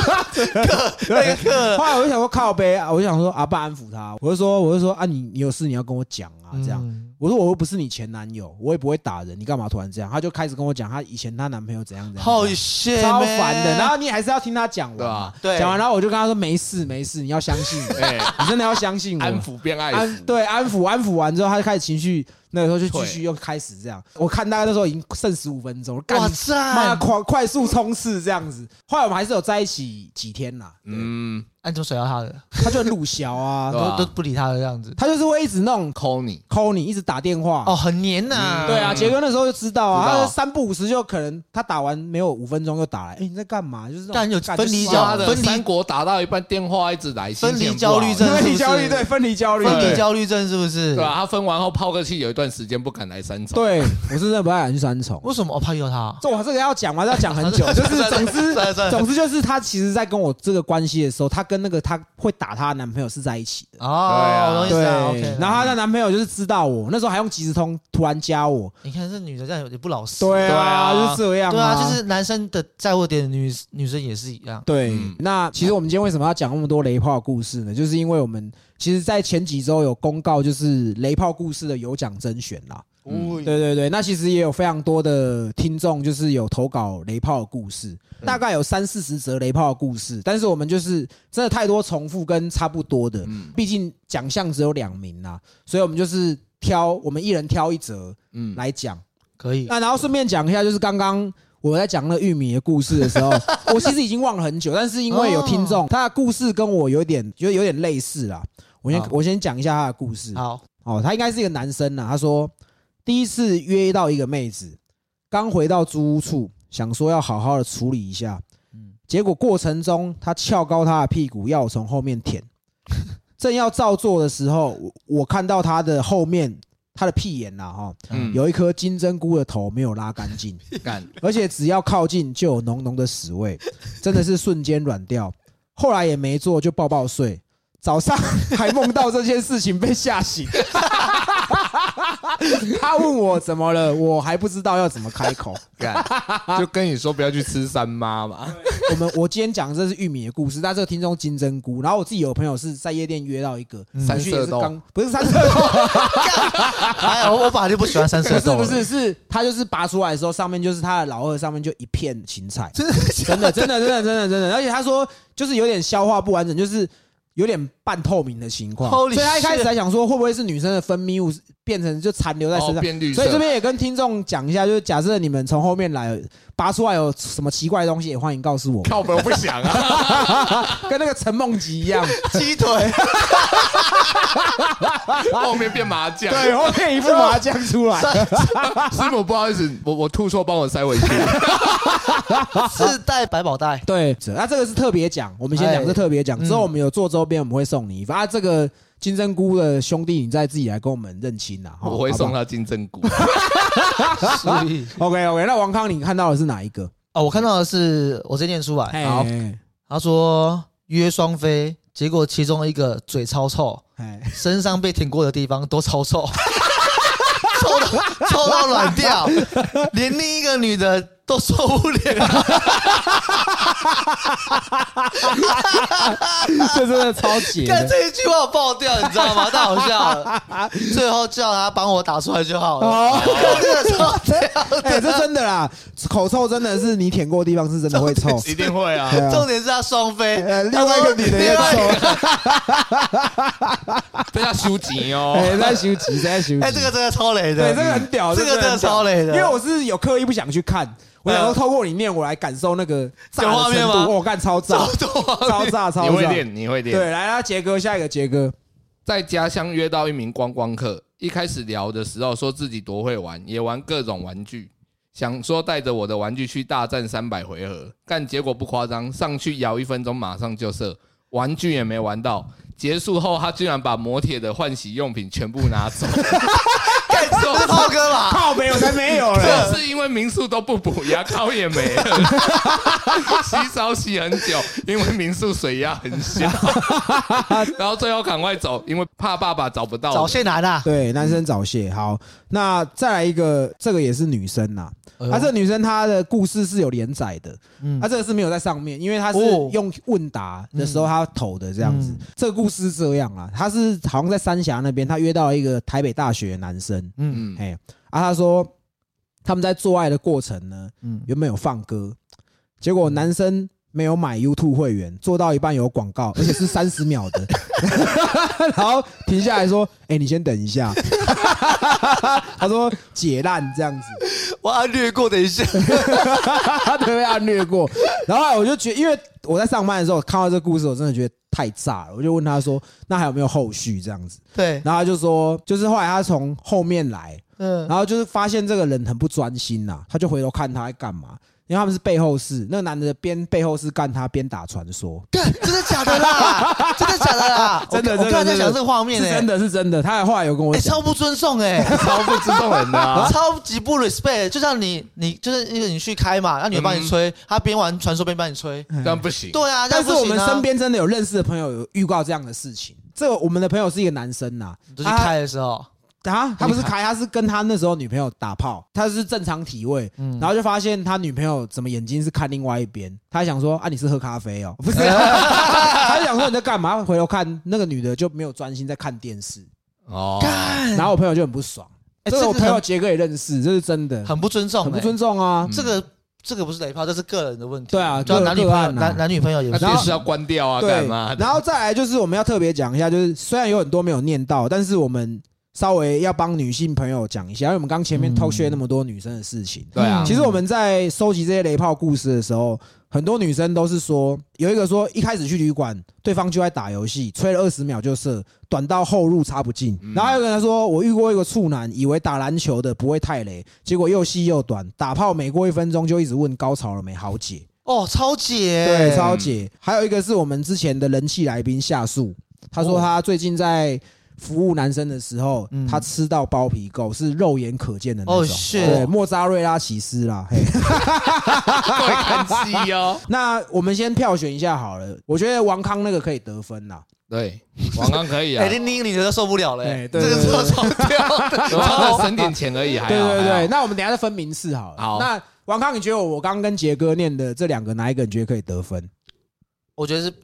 S3: 那个客
S2: 后来我就想说靠背啊，我就想说阿爸安抚他，我就说我就说啊你你有事你要跟我讲啊这样。
S3: 嗯
S2: 我说我又不是你前男友，我也不会打人，你干嘛突然这样？他就开始跟我讲他以前她男朋友怎样怎样
S3: 好
S2: 怎样
S3: 谢
S2: 超烦的。然后你还是要听他讲完
S1: 哎对
S2: 嘛
S1: 吧，
S3: 对
S2: 讲完然后我就跟他说没事没事，你要相信我，
S1: 哎，
S2: 你真的要相信我。
S1: 安抚变爱
S2: 安
S1: 死，
S2: 对安抚安抚完之后，他就开始情绪，那个时候就继
S1: 对
S2: 续又开始这样。我看大概那时候已经剩十五分钟了，干
S3: 哇
S2: 你妈
S3: 赞！
S2: 快快速冲刺这样子。后来我们还是有在一起几天啦，
S1: 嗯，
S3: 按啊怎甩到他的，
S2: 他就很鲁小 啊
S1: 对，吧
S3: 都都不理他的这样子。
S2: 他就是会一直弄
S1: 抠你，
S2: 抠你，一直打电话。
S3: 哦，很黏呐。
S1: 嗯
S2: 对啊，杰哥那时候就知道
S1: 知
S2: 啊，
S1: 道
S2: 他三不五时就可能他打完没有五分钟又打来，哎你在干嘛？就是那种
S3: 干有
S2: 就
S3: 分离
S2: 算
S1: 妈
S3: 焦
S2: 了
S1: 的
S3: 分离
S1: 三国打到一半电话一直来，
S3: 分离
S1: 心情不好
S3: 焦虑症
S2: 分离焦虑，
S3: 是不
S2: 对
S3: 是
S2: 分离焦虑，
S3: 分
S2: 对
S3: 离焦虑症是不是？
S1: 对啊吧？他分完后泡个气，有一段时间不敢来三重，
S2: 对，我是真的不爱去三重。
S3: 为什么我哦怕遇到他？
S2: 这我这个要讲完，要讲很久，就是总之
S3: 算了算了
S2: 总之就是她其实，在跟我这个关系的时候，她跟那个她会打她的男朋友是在一起的。
S3: 哦，我懂意
S2: 对
S3: 思啊。OK，，
S2: 然后她的男朋友就是知道我，那时候还用即时通突然加我，
S3: 你看这女的这样也不老实。
S2: 对啊，
S1: 对
S2: 就
S1: 啊
S2: 是这样，
S3: 对啊，就是男生的在乎点，女女生也是一样。
S2: 对
S1: 嗯。
S2: 那其实我们今天为什么要讲那么多雷炮的故事呢？就是因为我们其实，在前几周有公告，就是雷炮故事的有奖甄选啦。
S1: 嗯
S2: 对对对，那其实也有非常多的听众，就是有投稿雷炮的故事，
S1: 嗯
S2: 大概有三四十则雷炮的故事，但是我们就是真的太多重复跟差不多的，
S1: 嗯
S2: 毕竟奖项只有两名啦，所以我们就是挑，我们一人挑一则
S1: 嗯，
S2: 来讲。
S3: 可以，
S2: 那然后顺便讲一下，就是刚刚我在讲那玉米的故事的 时候，我其实已经忘了很久，但是因为有听
S1: 哦
S2: 众，他的故事跟我有点，就有点类似啦。我先
S1: 哦
S3: 好
S2: 我先讲一下他的故事。
S3: 好，
S2: 哦，他应该是一个男生啊呐。他说第一次约到一个妹子，刚回到租屋处，想说要好好的处理一下，
S3: 嗯，
S2: 结果过程中他翘高她的屁股，要我从后面舔。正要照做的时候，我我看到他的后面，他的屁眼呐、啊哈、
S1: 嗯
S2: 有一颗金针菇的头没有拉干净，
S1: 干，
S2: 而且只要靠近就有浓浓的屎味，真的是瞬间软掉。后来也没做，就抱抱睡。早上还梦到这件事情被吓醒， 他问我怎么了，我还不知道要怎么开口。
S1: 干，就跟你说不要去吃三妈 嘛，
S2: 我们我今天讲的这是玉米的故事，但这个听众金针菇，然后我自己有朋友是在夜店约到一个，
S1: 嗯三
S2: 去也
S1: 色
S2: 是
S1: 豆，
S2: 刚不是三色豆，
S3: 哎，我我本来就不喜欢三色
S2: 不 是
S3: 豆，
S2: 不是，是他就是拔出来的时候，上面就是他的老二，上面就一片芹菜，
S3: 真的假
S2: 真的，真的，真的，真的，真的。而且他说，就是有点消化不完整，就是有点半透明的情况。所
S3: Holy
S2: 以他一开始
S3: shit
S2: 还想说，会不会是女生的分泌物是变成就残留在身
S1: 哦，
S2: 上？
S1: 变绿色，
S2: 所以这边也跟听众讲一下，就是假设你们从后面来拔出来有什么奇怪的东西，也欢迎告诉 我们，
S1: 靠本不想啊，
S2: 跟那个陈梦吉一 样，
S3: 鸡腿，
S1: 后面变麻将，
S2: 对，后面一副麻将出来，
S1: 师母不好意思，我我吐错，帮我塞回去。
S3: 自带百宝袋，
S2: 对，那这个是特别奖，我们先讲
S3: 哎
S2: 这特别奖，之后
S3: 嗯
S2: 我们有做周边，我们会送你一份啊。这个金针菇的兄弟，你再自己来跟我们认亲啦，齁
S1: 我会
S2: 好不好
S1: 送他金针 菇，
S3: 所以
S2: OK OK，那王康，你看到的是哪一个？
S3: 哦，我看到的是我这念出来，
S1: 好
S2: 哎
S3: 他说约双飞，结果其中一个嘴超臭，
S2: 哎，
S3: 身上被舔过的地方都超臭， 臭到臭到软掉，连另一个女的都受不了。
S2: 这真的超解
S3: 看
S2: 的。
S3: 这一句话我爆掉，你知道吗？太好笑了。最后叫他帮我打出来就好了。
S2: 哦，
S3: 看这个超
S2: 哎，这真的啦，口臭真的是你舔过的地方是真的会臭。
S1: 一定会啊
S2: 对啊
S3: 重点是他双飞，
S2: 呃，另外一个女的也
S3: 另外一
S2: 臭，
S1: 这要修集哦。
S2: 哎，在休息，在休息。
S3: 哎，这个真的超雷
S2: 对，
S3: 的，
S2: 这个很屌，
S3: 嗯这个
S2: 真的
S3: 真
S2: 很
S3: 的
S2: 屌
S3: 超雷
S2: 因
S3: 的，嗯
S2: 为我是有刻意不想去看，我想说透过你念我来感受那个炸
S3: 有画
S2: 的
S3: 面
S2: 程
S3: 吗
S2: 度。我哦干超炸，超炸，
S1: 你
S2: 超
S1: 会
S2: 炸。
S1: 练，你会练。
S2: 对，来啦，杰哥，下一个杰哥，
S1: 在家乡约到一名观光客，一开始聊的时候说自己多会玩，也玩各种玩具，想说带着我的玩具去大战三百回合，但结果不夸张，上去摇一分钟马上就射，玩具也没玩到。结束后，他居然把磨铁的换 洗用品全部拿走，
S3: 干这不是涛哥吧？
S2: 靠北我才没有嘞。
S3: 啊
S1: 这是因为民宿都不补，牙膏也没 了，洗澡洗很久，因为民宿水压很小，然后最后赶快走，因为怕爸爸找不到
S3: 早
S1: 我。
S3: 泄男啊，
S2: 对，男生早泄。好，那再来一个，这个也是女生呐、啊，这个女生她的故事是有连载的，啊
S3: 嗯
S2: 她这个是没有在上面，因为她是
S3: 哦
S2: 用问答的时候她投的这样子
S3: 嗯。
S2: 这个故事是这样啊，她是好像在三峡那边，她约到了一个台北大学的男生，
S3: 嗯
S1: 嗯，
S2: 哎，啊，她说他们在做爱的过程呢，
S3: 嗯，
S2: 原本有放歌，结果男生没有买 YouTube 会员，做到一半有广告，而且是三十秒的， 然后停下来说：“哎、你先等一下。” 他说：“解烂这样子，
S3: 我要略过，等一下，
S2: 他都被他略过。”然后我就觉得，因为我在上班的时候看到这故事，我真的觉得太炸了，我就问他说：“那还有没有后续？”这样子，
S3: 对，
S2: 然后他就说：“就是后来他从后面来，
S3: 嗯
S2: 然后就是发现这个人很不专心呐、他就回头看他在干嘛，因为他们是背后事，那个男的边背后事干他边打传说，
S3: 干，真的假 的啦？真的假的啦？
S2: 真的
S3: 我我刚才在
S2: 真的
S3: 想这个画
S2: 是
S3: 面
S2: 真
S3: 呢，
S2: 的是真的，他还后来有跟我
S3: 哎，
S2: 讲，
S3: 超不尊重 哎，
S1: 超不尊重人的啊、
S3: 超级不 respect，就像你你就是一个你去开嘛，那女的帮你吹，她边玩传说边帮你吹，
S1: 这样不行。
S3: 对啊，
S2: 嗯
S3: 这
S2: 但
S3: 样
S2: 是
S3: 不
S2: 我
S3: 行
S2: 们
S3: 啊
S2: 身边真的有认识的朋友有遇到这样的事情，这个我们的朋友是一个男生呐、
S3: 就去开的时候，
S2: 啊，他不是开，他是跟他那时候女朋友打炮，他是正常体位，
S3: 嗯
S2: 然后就发现他女朋友怎么眼睛是看另外一边，他还想说啊你是喝咖啡哦，不是，他就想说你在干嘛？回头看那个女的就没有专心在看电视，啊
S1: 哦，
S3: 干，
S2: 然后我朋友就很不爽。
S3: 哎
S2: 这个我
S3: 这个
S2: 朋友
S3: 很
S2: 杰哥也认识，这是真的，
S3: 很不嗯尊重，欸
S2: 很不尊。重啊。
S3: 哦这
S1: 嗯
S3: 个这个不是雷炮，这是个人的问题。
S2: 对啊
S3: 就
S2: 个
S3: 男女
S2: 个
S3: 朋友
S2: 案啊
S3: 男男女朋友也
S1: 那
S3: 不是
S1: 电视要关掉啊，干
S2: 对
S1: 嘛，的？
S2: 然后再来就是我们要特别讲一下，就是虽然有很多没有念到，但是我们稍微要帮女性朋友讲一下，因为我们刚前面
S3: 嗯
S2: talk share 那么多女生的事情。
S1: 对啊
S2: 嗯其实我们在收集这些雷炮故事的时候，很多女生都是说，有一个说一开始去旅馆，对方就在打游戏，吹了二十秒就射，短到后入插不进。
S3: 嗯
S2: 然后还有一个人说，我遇过一个处男，以为打篮球的不会太雷，结果又细又短，打炮每过一分钟就一直问高潮了没，好解。
S3: 哦，超姐，
S2: 对，超姐。还有一个是我们之前的人气来宾夏树，他说
S3: 哦
S2: 他最近在服务男生的时候，
S3: 嗯
S2: 他吃到包皮垢是肉眼可见的那
S3: 哦
S2: 种。
S3: 是
S2: 对，莫扎瑞拉起司啦。嘿，
S1: 各位看戏哦。
S2: 那我们先票选一下好了，我觉得王康那个可以得分啦。
S1: 对，王刚可以啊
S3: 哎，，你你你都受不了了，哎
S2: 哎对
S3: 这个
S2: 对对
S3: 超超屌的，
S1: 然后省点钱而已，
S3: 哎
S1: 还好。
S2: 对
S1: 还
S2: 对对，
S1: 好，
S2: 那我们等一下再分名次好了。
S1: 好
S2: 那王康，你觉得我刚刚跟杰哥念的这两个哪一个你觉得可以得分？
S3: 我觉得是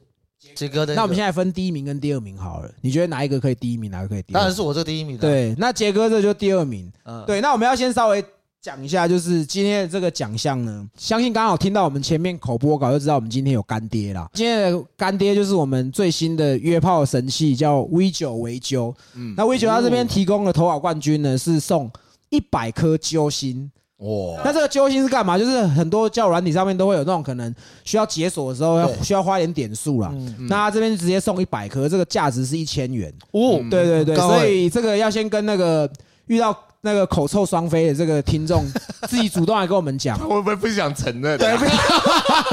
S3: 杰哥的个。
S2: 那我们现在分第一名跟第二名好了，你觉得哪一个可以第一名，哪一个可以第二名？
S3: 当然是我这第一名的，，
S2: 对，那杰哥这就第二名。
S3: 嗯，
S2: 对，那我们要先稍微讲一下，就是今天的这个奖项呢，相信刚好听到我们前面口播稿就知道我们今天有干爹啦。今天的干爹就是我们最新的约炮神器，叫 V 九维灸。
S1: 嗯，
S2: 那 V 九他这边提供的投稿冠军呢，是送。一百颗揪心，那
S1: 哇，
S2: 这个揪心是干嘛？就是很多教软体上面都会有那种可能需要解锁的时候要
S3: 对
S2: 需要花点点数啦。
S3: 嗯，
S2: 那他这边直接送一百颗，这个价值是一千元。
S3: 哦
S1: 嗯
S2: 对对对，
S3: 高
S2: 所
S3: 欸
S2: 以这个要先跟那个遇到那个口臭双飞的这个听 众自己主动来跟我们讲。
S1: 我们不想承认啊。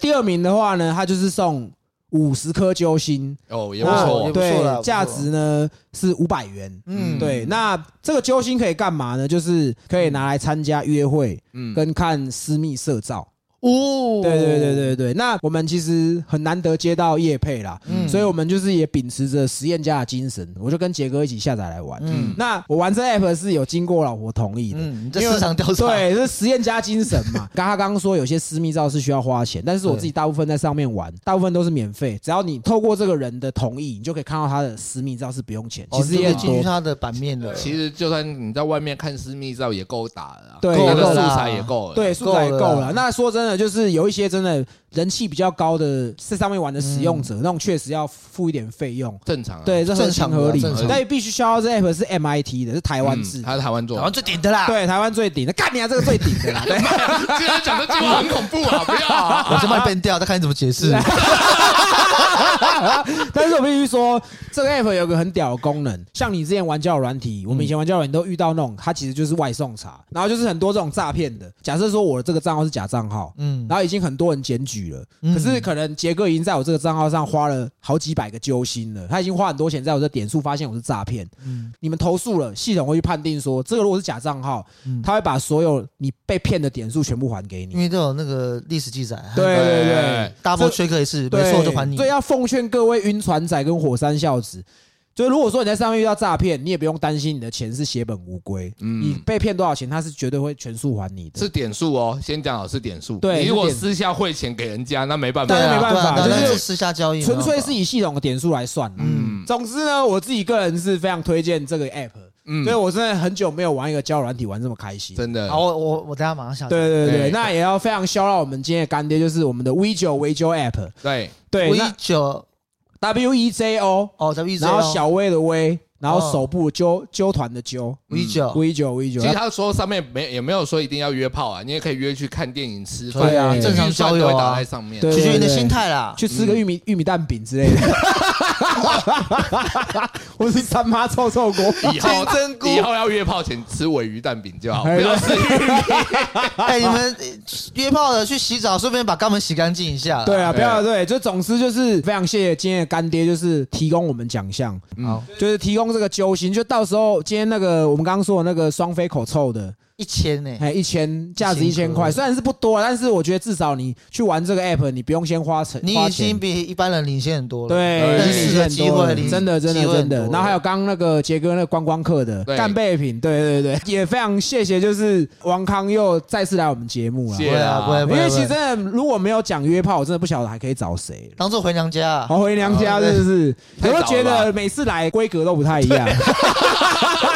S2: 第二名的话呢，他就是送五十颗揪心，
S1: 哦，也不
S2: 那
S1: 错
S3: 也。不错啦
S2: 对，
S3: 不错
S2: 价值呢是五百元。
S3: 嗯，
S2: 对，那这个揪心可以干嘛呢？就是可以拿来参加约会
S1: 嗯，
S2: 跟看私密色照。
S3: 哦，
S2: 对对对对对，那我们其实很难得接到叶配啦，
S3: 嗯
S2: 所以我们就是也秉持着实验家的精神，我就跟杰哥一起下载来玩。
S3: 嗯
S2: 那我玩这 app 是有经过老婆同意的。
S3: 嗯，你这市场调查，
S2: 对，这是实验家精神嘛。 刚他刚刚说有些私密照是需要花钱，但是我自己大部分在上面玩，大部分都是免费。只要你透过这个人的同意，你就可以看到他的私密照是不用钱。
S3: 哦，
S2: 其实也
S3: 你
S2: 很
S3: 进去
S2: 多，
S3: 他的版面了，
S1: 其实就算你在外面看私密照也够打了啊，
S2: 对
S1: 那个
S2: 够
S1: 素
S3: 了
S1: 材也够了。
S2: 对，素材也够
S3: 够了
S2: 了
S3: 啦。
S2: 那说真的，就是有一些真的人气比较高的，在上面玩的使用
S3: 嗯
S2: 者，那种确实要付一点费用。
S1: 正常啊。
S2: 对，这合
S3: 正
S2: 情
S3: 常的
S2: 合理
S3: 正
S1: 常。
S2: 但也必须消耗这 app 是 MIT 的，是台
S1: 嗯，
S2: 湾制的，
S1: 他是台湾做
S3: 台
S1: 的。
S3: 湾最顶的啦，
S2: 对，台湾最顶的。干你啊，这个最顶的啦。对。
S1: 竟 然讲这句话很恐怖啊！不要啊，
S3: 我先帮你变掉，再看你怎么解释。
S2: 但是我必须说，这个 app 有个很屌的功能，像你之前玩交友软体，我们以前玩交友软体都遇到那种，它其实就是外送茶，然后就是很多这种诈骗的。假设说我的这个账号是假账号，
S3: 嗯，
S2: 然后已经很多人检举了，
S3: 嗯
S2: 可是可能杰哥已经在我这个账号上花了好几百个揪心了，他已经花很多钱在我这点数，发现我是诈骗，
S3: 嗯
S2: 你们投诉了，系统会去判定说，这个如果是假账号，
S3: 嗯
S2: 他会把所有你被骗的点数全部还给
S3: 因
S2: 你。
S3: 为都有那个历史记载，
S2: 对对对。
S3: ，double check 一次，没
S2: 对
S3: 错就还你啊
S2: 所。以要奉劝各位晕船仔跟火山孝子，就是如果说你在上面遇到诈骗，你也不用担心你的钱是血本无归，你
S1: 嗯，
S2: 被骗多少钱，他是绝对会全数还你的。
S1: 是点数哦，先讲好是点数。
S2: 对
S1: 你如果
S2: 是点
S1: 私下汇钱给人家，那没办法
S2: 当。
S3: 对
S2: 然
S3: 啊，
S2: 没办
S3: 对啊
S2: 法
S3: 对啊
S2: 就是
S3: 那私下交易没办
S2: 纯
S3: 法，
S2: 粹是以系统的点数来算。嗯，
S1: 嗯
S2: 总之呢，我自己个人是非常推荐这个 app，
S1: 嗯
S2: 所以，我真的很久没有玩一个交友软体玩这么开心。
S1: 真的
S3: 好，。我我我等下马上下载。
S2: 对对对，
S1: 对
S2: 那也要非常消到我们今天的干爹，就是我们的 V 九维九 app，
S1: 对，
S2: 对
S3: ，V
S2: 那
S3: 九
S2: W E J O，
S3: 哦，W
S2: 然后小威的威，然后手部揪揪团的揪
S3: V 九，
S2: ，V 九 V 九，
S1: 哦其实他说上面没也没有说一定要约炮啊，你也可以约去看电影、吃饭
S2: 对啊
S1: 这
S2: 正
S3: 常
S1: 预算
S3: 交友
S1: 都会
S3: 啊
S1: 打在上面。
S2: 对
S3: 取决于你的
S2: 对
S3: 心态 啦。
S2: 去吃个玉米、
S3: 嗯
S2: 玉米蛋饼之类 的，我是三妈臭臭锅。
S3: 啊
S1: 以后
S3: 金针菇
S1: 以后要约炮前吃尾鱼蛋饼就好，
S2: 哎
S1: 不要吃玉米。
S3: 哎，你们呃约炮的去洗澡，顺便把肛门洗干净一下啦。
S2: 对啊，不
S1: 对
S2: 要对，就总之就是非常谢谢今天的干爹，就是提供我们奖项，
S3: 好，
S2: 就是提供这个揪心，就到时候今天那个我们刚刚说的那个双飞口臭的，
S3: 一千呢，
S2: 哎，一千价值一千块，
S3: 一千颗
S2: 虽然是不多，但是我觉得至少你去玩这个 app，你不用先花成
S3: 你
S2: 花
S3: 已
S2: 钱
S3: 经比一般人领先很多了。
S2: 对，
S1: 对
S2: 已经领先很多了
S3: 机会
S2: 真的真的
S3: 机会
S2: 真
S3: 很多
S2: 的。然后还有刚刚那个杰哥那个观光客的
S1: 对
S2: 干备品，对对对，也非常谢谢，就是王康又再次来我们节目了。
S1: 谢
S3: 不会啊，不会，
S2: 因
S3: 不会
S2: 为其实
S3: 不会
S2: 真的如果没有讲约炮，我真的不晓得还可以找谁了。
S3: 当做回娘家啊。
S2: 好回娘家是不是？有
S1: 太
S2: 没
S1: 早了
S2: 有觉得每次来规格都不太一 样？
S3: 啊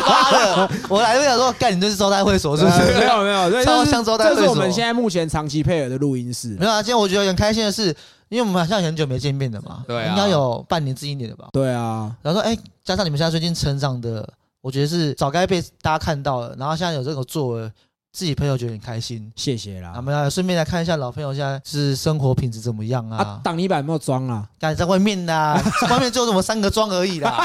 S3: 妈的，我来就想说，干你这是招待会所是不
S2: 呃没
S3: 是？
S2: 有没有，对，
S3: 超
S2: 就是
S3: 像招待会
S2: 这
S3: 所
S2: 是我们现在目前长期配合的录音室
S3: 没。有啊，今天我觉得很开心的是，因为我们好像很久没见面了嘛，
S1: 对啊
S3: 应该有半年至一年了吧。
S2: 对啊，
S3: 然后说，哎，加上你们现在最近成长的，我觉得是早该被大家看到了，然后现在有这种作为，自己朋友觉得很开心。啊
S2: 谢谢啦
S3: 我。们要顺便来看一下老朋友现在是生活品质怎么样
S2: 啊
S3: 啊，？
S2: 挡泥板有没有装啊？
S3: 干在外面 呐，外面就我们三个装而已 啦，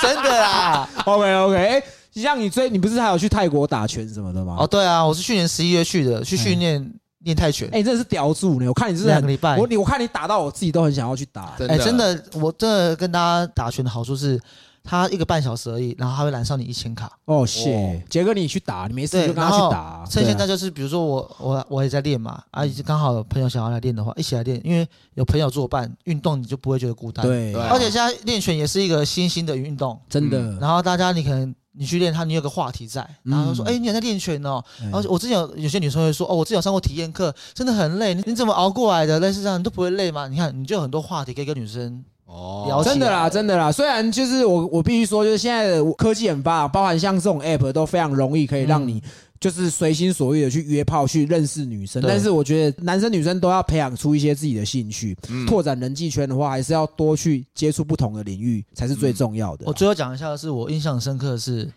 S3: 真的啊啦。
S2: OK OK，哎，像你最你不是还有去泰国打拳什么的吗？
S3: 哦，对啊，我是去年十一月去的，去训
S2: 嗯
S3: 练练泰拳啊
S2: 哎、，你真的是屌住呢！我看你是
S3: 两个
S2: 很，
S3: 礼拜。
S2: 我你我看你打到我自己都很想要去打。
S1: 真
S3: 哎、
S1: 的
S3: 真的，我真的跟大家打拳的好处是，他一个半小时而已，然后他会燃烧你一千卡。
S2: 哦，谢
S1: 哦
S2: 杰哥你去打，你没事
S3: 对
S2: 就跟他去打。
S3: 趁
S2: 对啊
S3: 现在就是，比如说我我我也在练嘛，啊，刚好有朋友想要来练的话，一起来练，因为有朋友作伴，运动你就不会觉得孤单。，
S2: 对，
S1: 对啊
S3: 而且现在练拳也是一个新兴的运动，
S2: 真的。哎
S3: 然后大家你可能。你去练它，你有个话题在，然后就说：“
S2: 嗯
S3: 哎、你有在练拳哦。
S2: 嗯
S3: 然后我之前有有些女生会说：“哦，我之前有上过体验课，真的很累，你你怎么熬过来的？类似这样，你都不会累吗？你看，你就有很多话题可以跟女生
S1: 哦
S3: 聊起来
S2: 真的啦，真的啦。虽然就是我，我必须说，就是现在的科技很发达，包含像这种 app 都非常容易可以让你就是随心所欲的去约炮，去认识女生。
S3: 嗯对
S2: 但是我觉得男生女生都要培养出一些自己的兴趣，
S1: 嗯
S2: 拓展人际圈的话，还是要多去接触不同的领域才是最重要的啦。
S3: 嗯
S2: 啊
S3: 我最后讲一下的是，我印象深刻的是，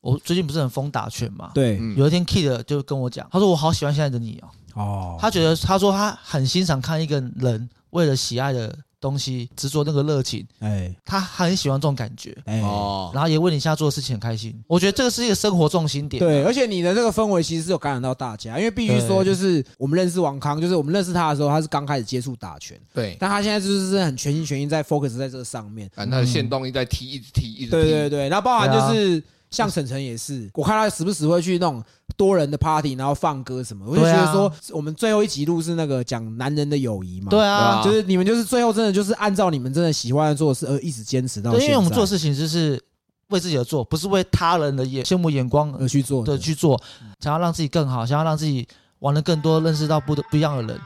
S3: 我最近不是很疯打拳嘛？。
S2: 对、
S1: 嗯
S3: 有一天，Kid 就跟我讲，他说我好喜欢现在的你哦、
S2: 哦，
S3: 他觉得他说他很欣赏看一个人为了喜爱的东西执着那个热情，
S2: 哎
S3: 他很喜欢这种感觉，
S2: 哎
S1: 哦，
S3: 然后也为你现在做的事情很开心。我觉得这个是一个生活重心点、啊
S2: 对，，而且你的这个氛围其实是有感染到大家，因为必须说，就是我们认识王康，就是我们认识他的时候，他是刚开始接触打拳，
S1: 对，
S2: 但他现在就是很全心全意在 focus 在这个上面。
S1: 反正他的啊线动一直在踢，一直踢，一直踢。
S2: 嗯对对对，然后包含
S3: 啊
S2: 就是、像晨晨也是，我看他时不时会去那种多人的 party，然后放歌什么，我就觉
S3: 对啊
S2: 得说，我们最后一集录是那个讲男人的友谊嘛，
S3: 对，啊，
S1: 对
S2: 就是你们就是最后真的就是按照你们真的喜欢的做的事而一直坚持到现在，
S3: 对，因为我们做事情就是为自己而做，不是为他人的眼羡慕眼光
S2: 而去做的
S3: 的去做，想要让自己更好，想要让自己玩的更多，认识到不不一样的人，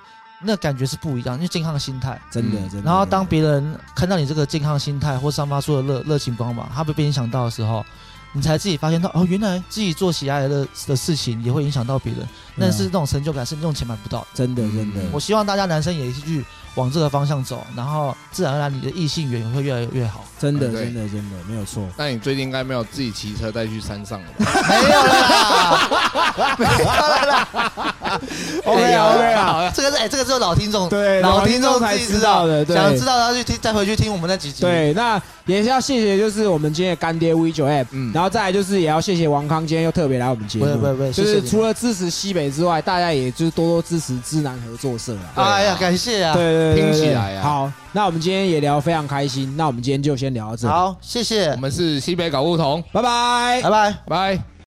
S3: 那感觉是不一样，因为健康的心态。
S2: 真的
S1: 嗯
S2: 真的。
S3: 然后当别人看到你这个健康心态或散发出的热热情光芒，他被被影响到的时候，你才自己发现到哦，原来自己做喜爱的的事情也会影响到别人，但是那种成就感是你用钱买不到的。
S2: 真的真的，
S3: 我希望大家男生也去往这个方向走，然后自然而然你的异性缘也会越来 越好。
S2: 真的
S1: 嗯对
S2: 真的真的没有错。
S1: 那你最近应该没有自己骑车带去山上了吧？
S3: 没有啦，
S2: OK 啊 OK 啊，
S3: 这个是哎、这个是老听 众，
S2: 对，
S3: 老听众
S2: 才
S3: 自己
S2: 知道的，对
S3: 想知道他去听再回去听我们那几集。，
S2: 对。那也是要谢谢，就是我们今天的干爹 V 九 App，
S1: 嗯，
S2: 然后再来就是也要谢谢王康今天又特别来我们节
S3: 不会不会
S2: 目，
S3: 不会，
S2: 就
S3: 谢谢
S2: 是
S3: 你
S2: 除了支持西北之外，大家也就是多多支持知南合作社啊。
S3: 哎呀，感谢啊
S2: 对，对对对，
S1: 拼起
S2: 对
S1: 来啊
S2: 好，那我们今天也聊得非常开心，那我们今天就先聊到这里，
S3: 好，谢谢
S1: 我，们是西北搞不同，
S2: 拜拜
S3: 拜。拜。
S1: 拜。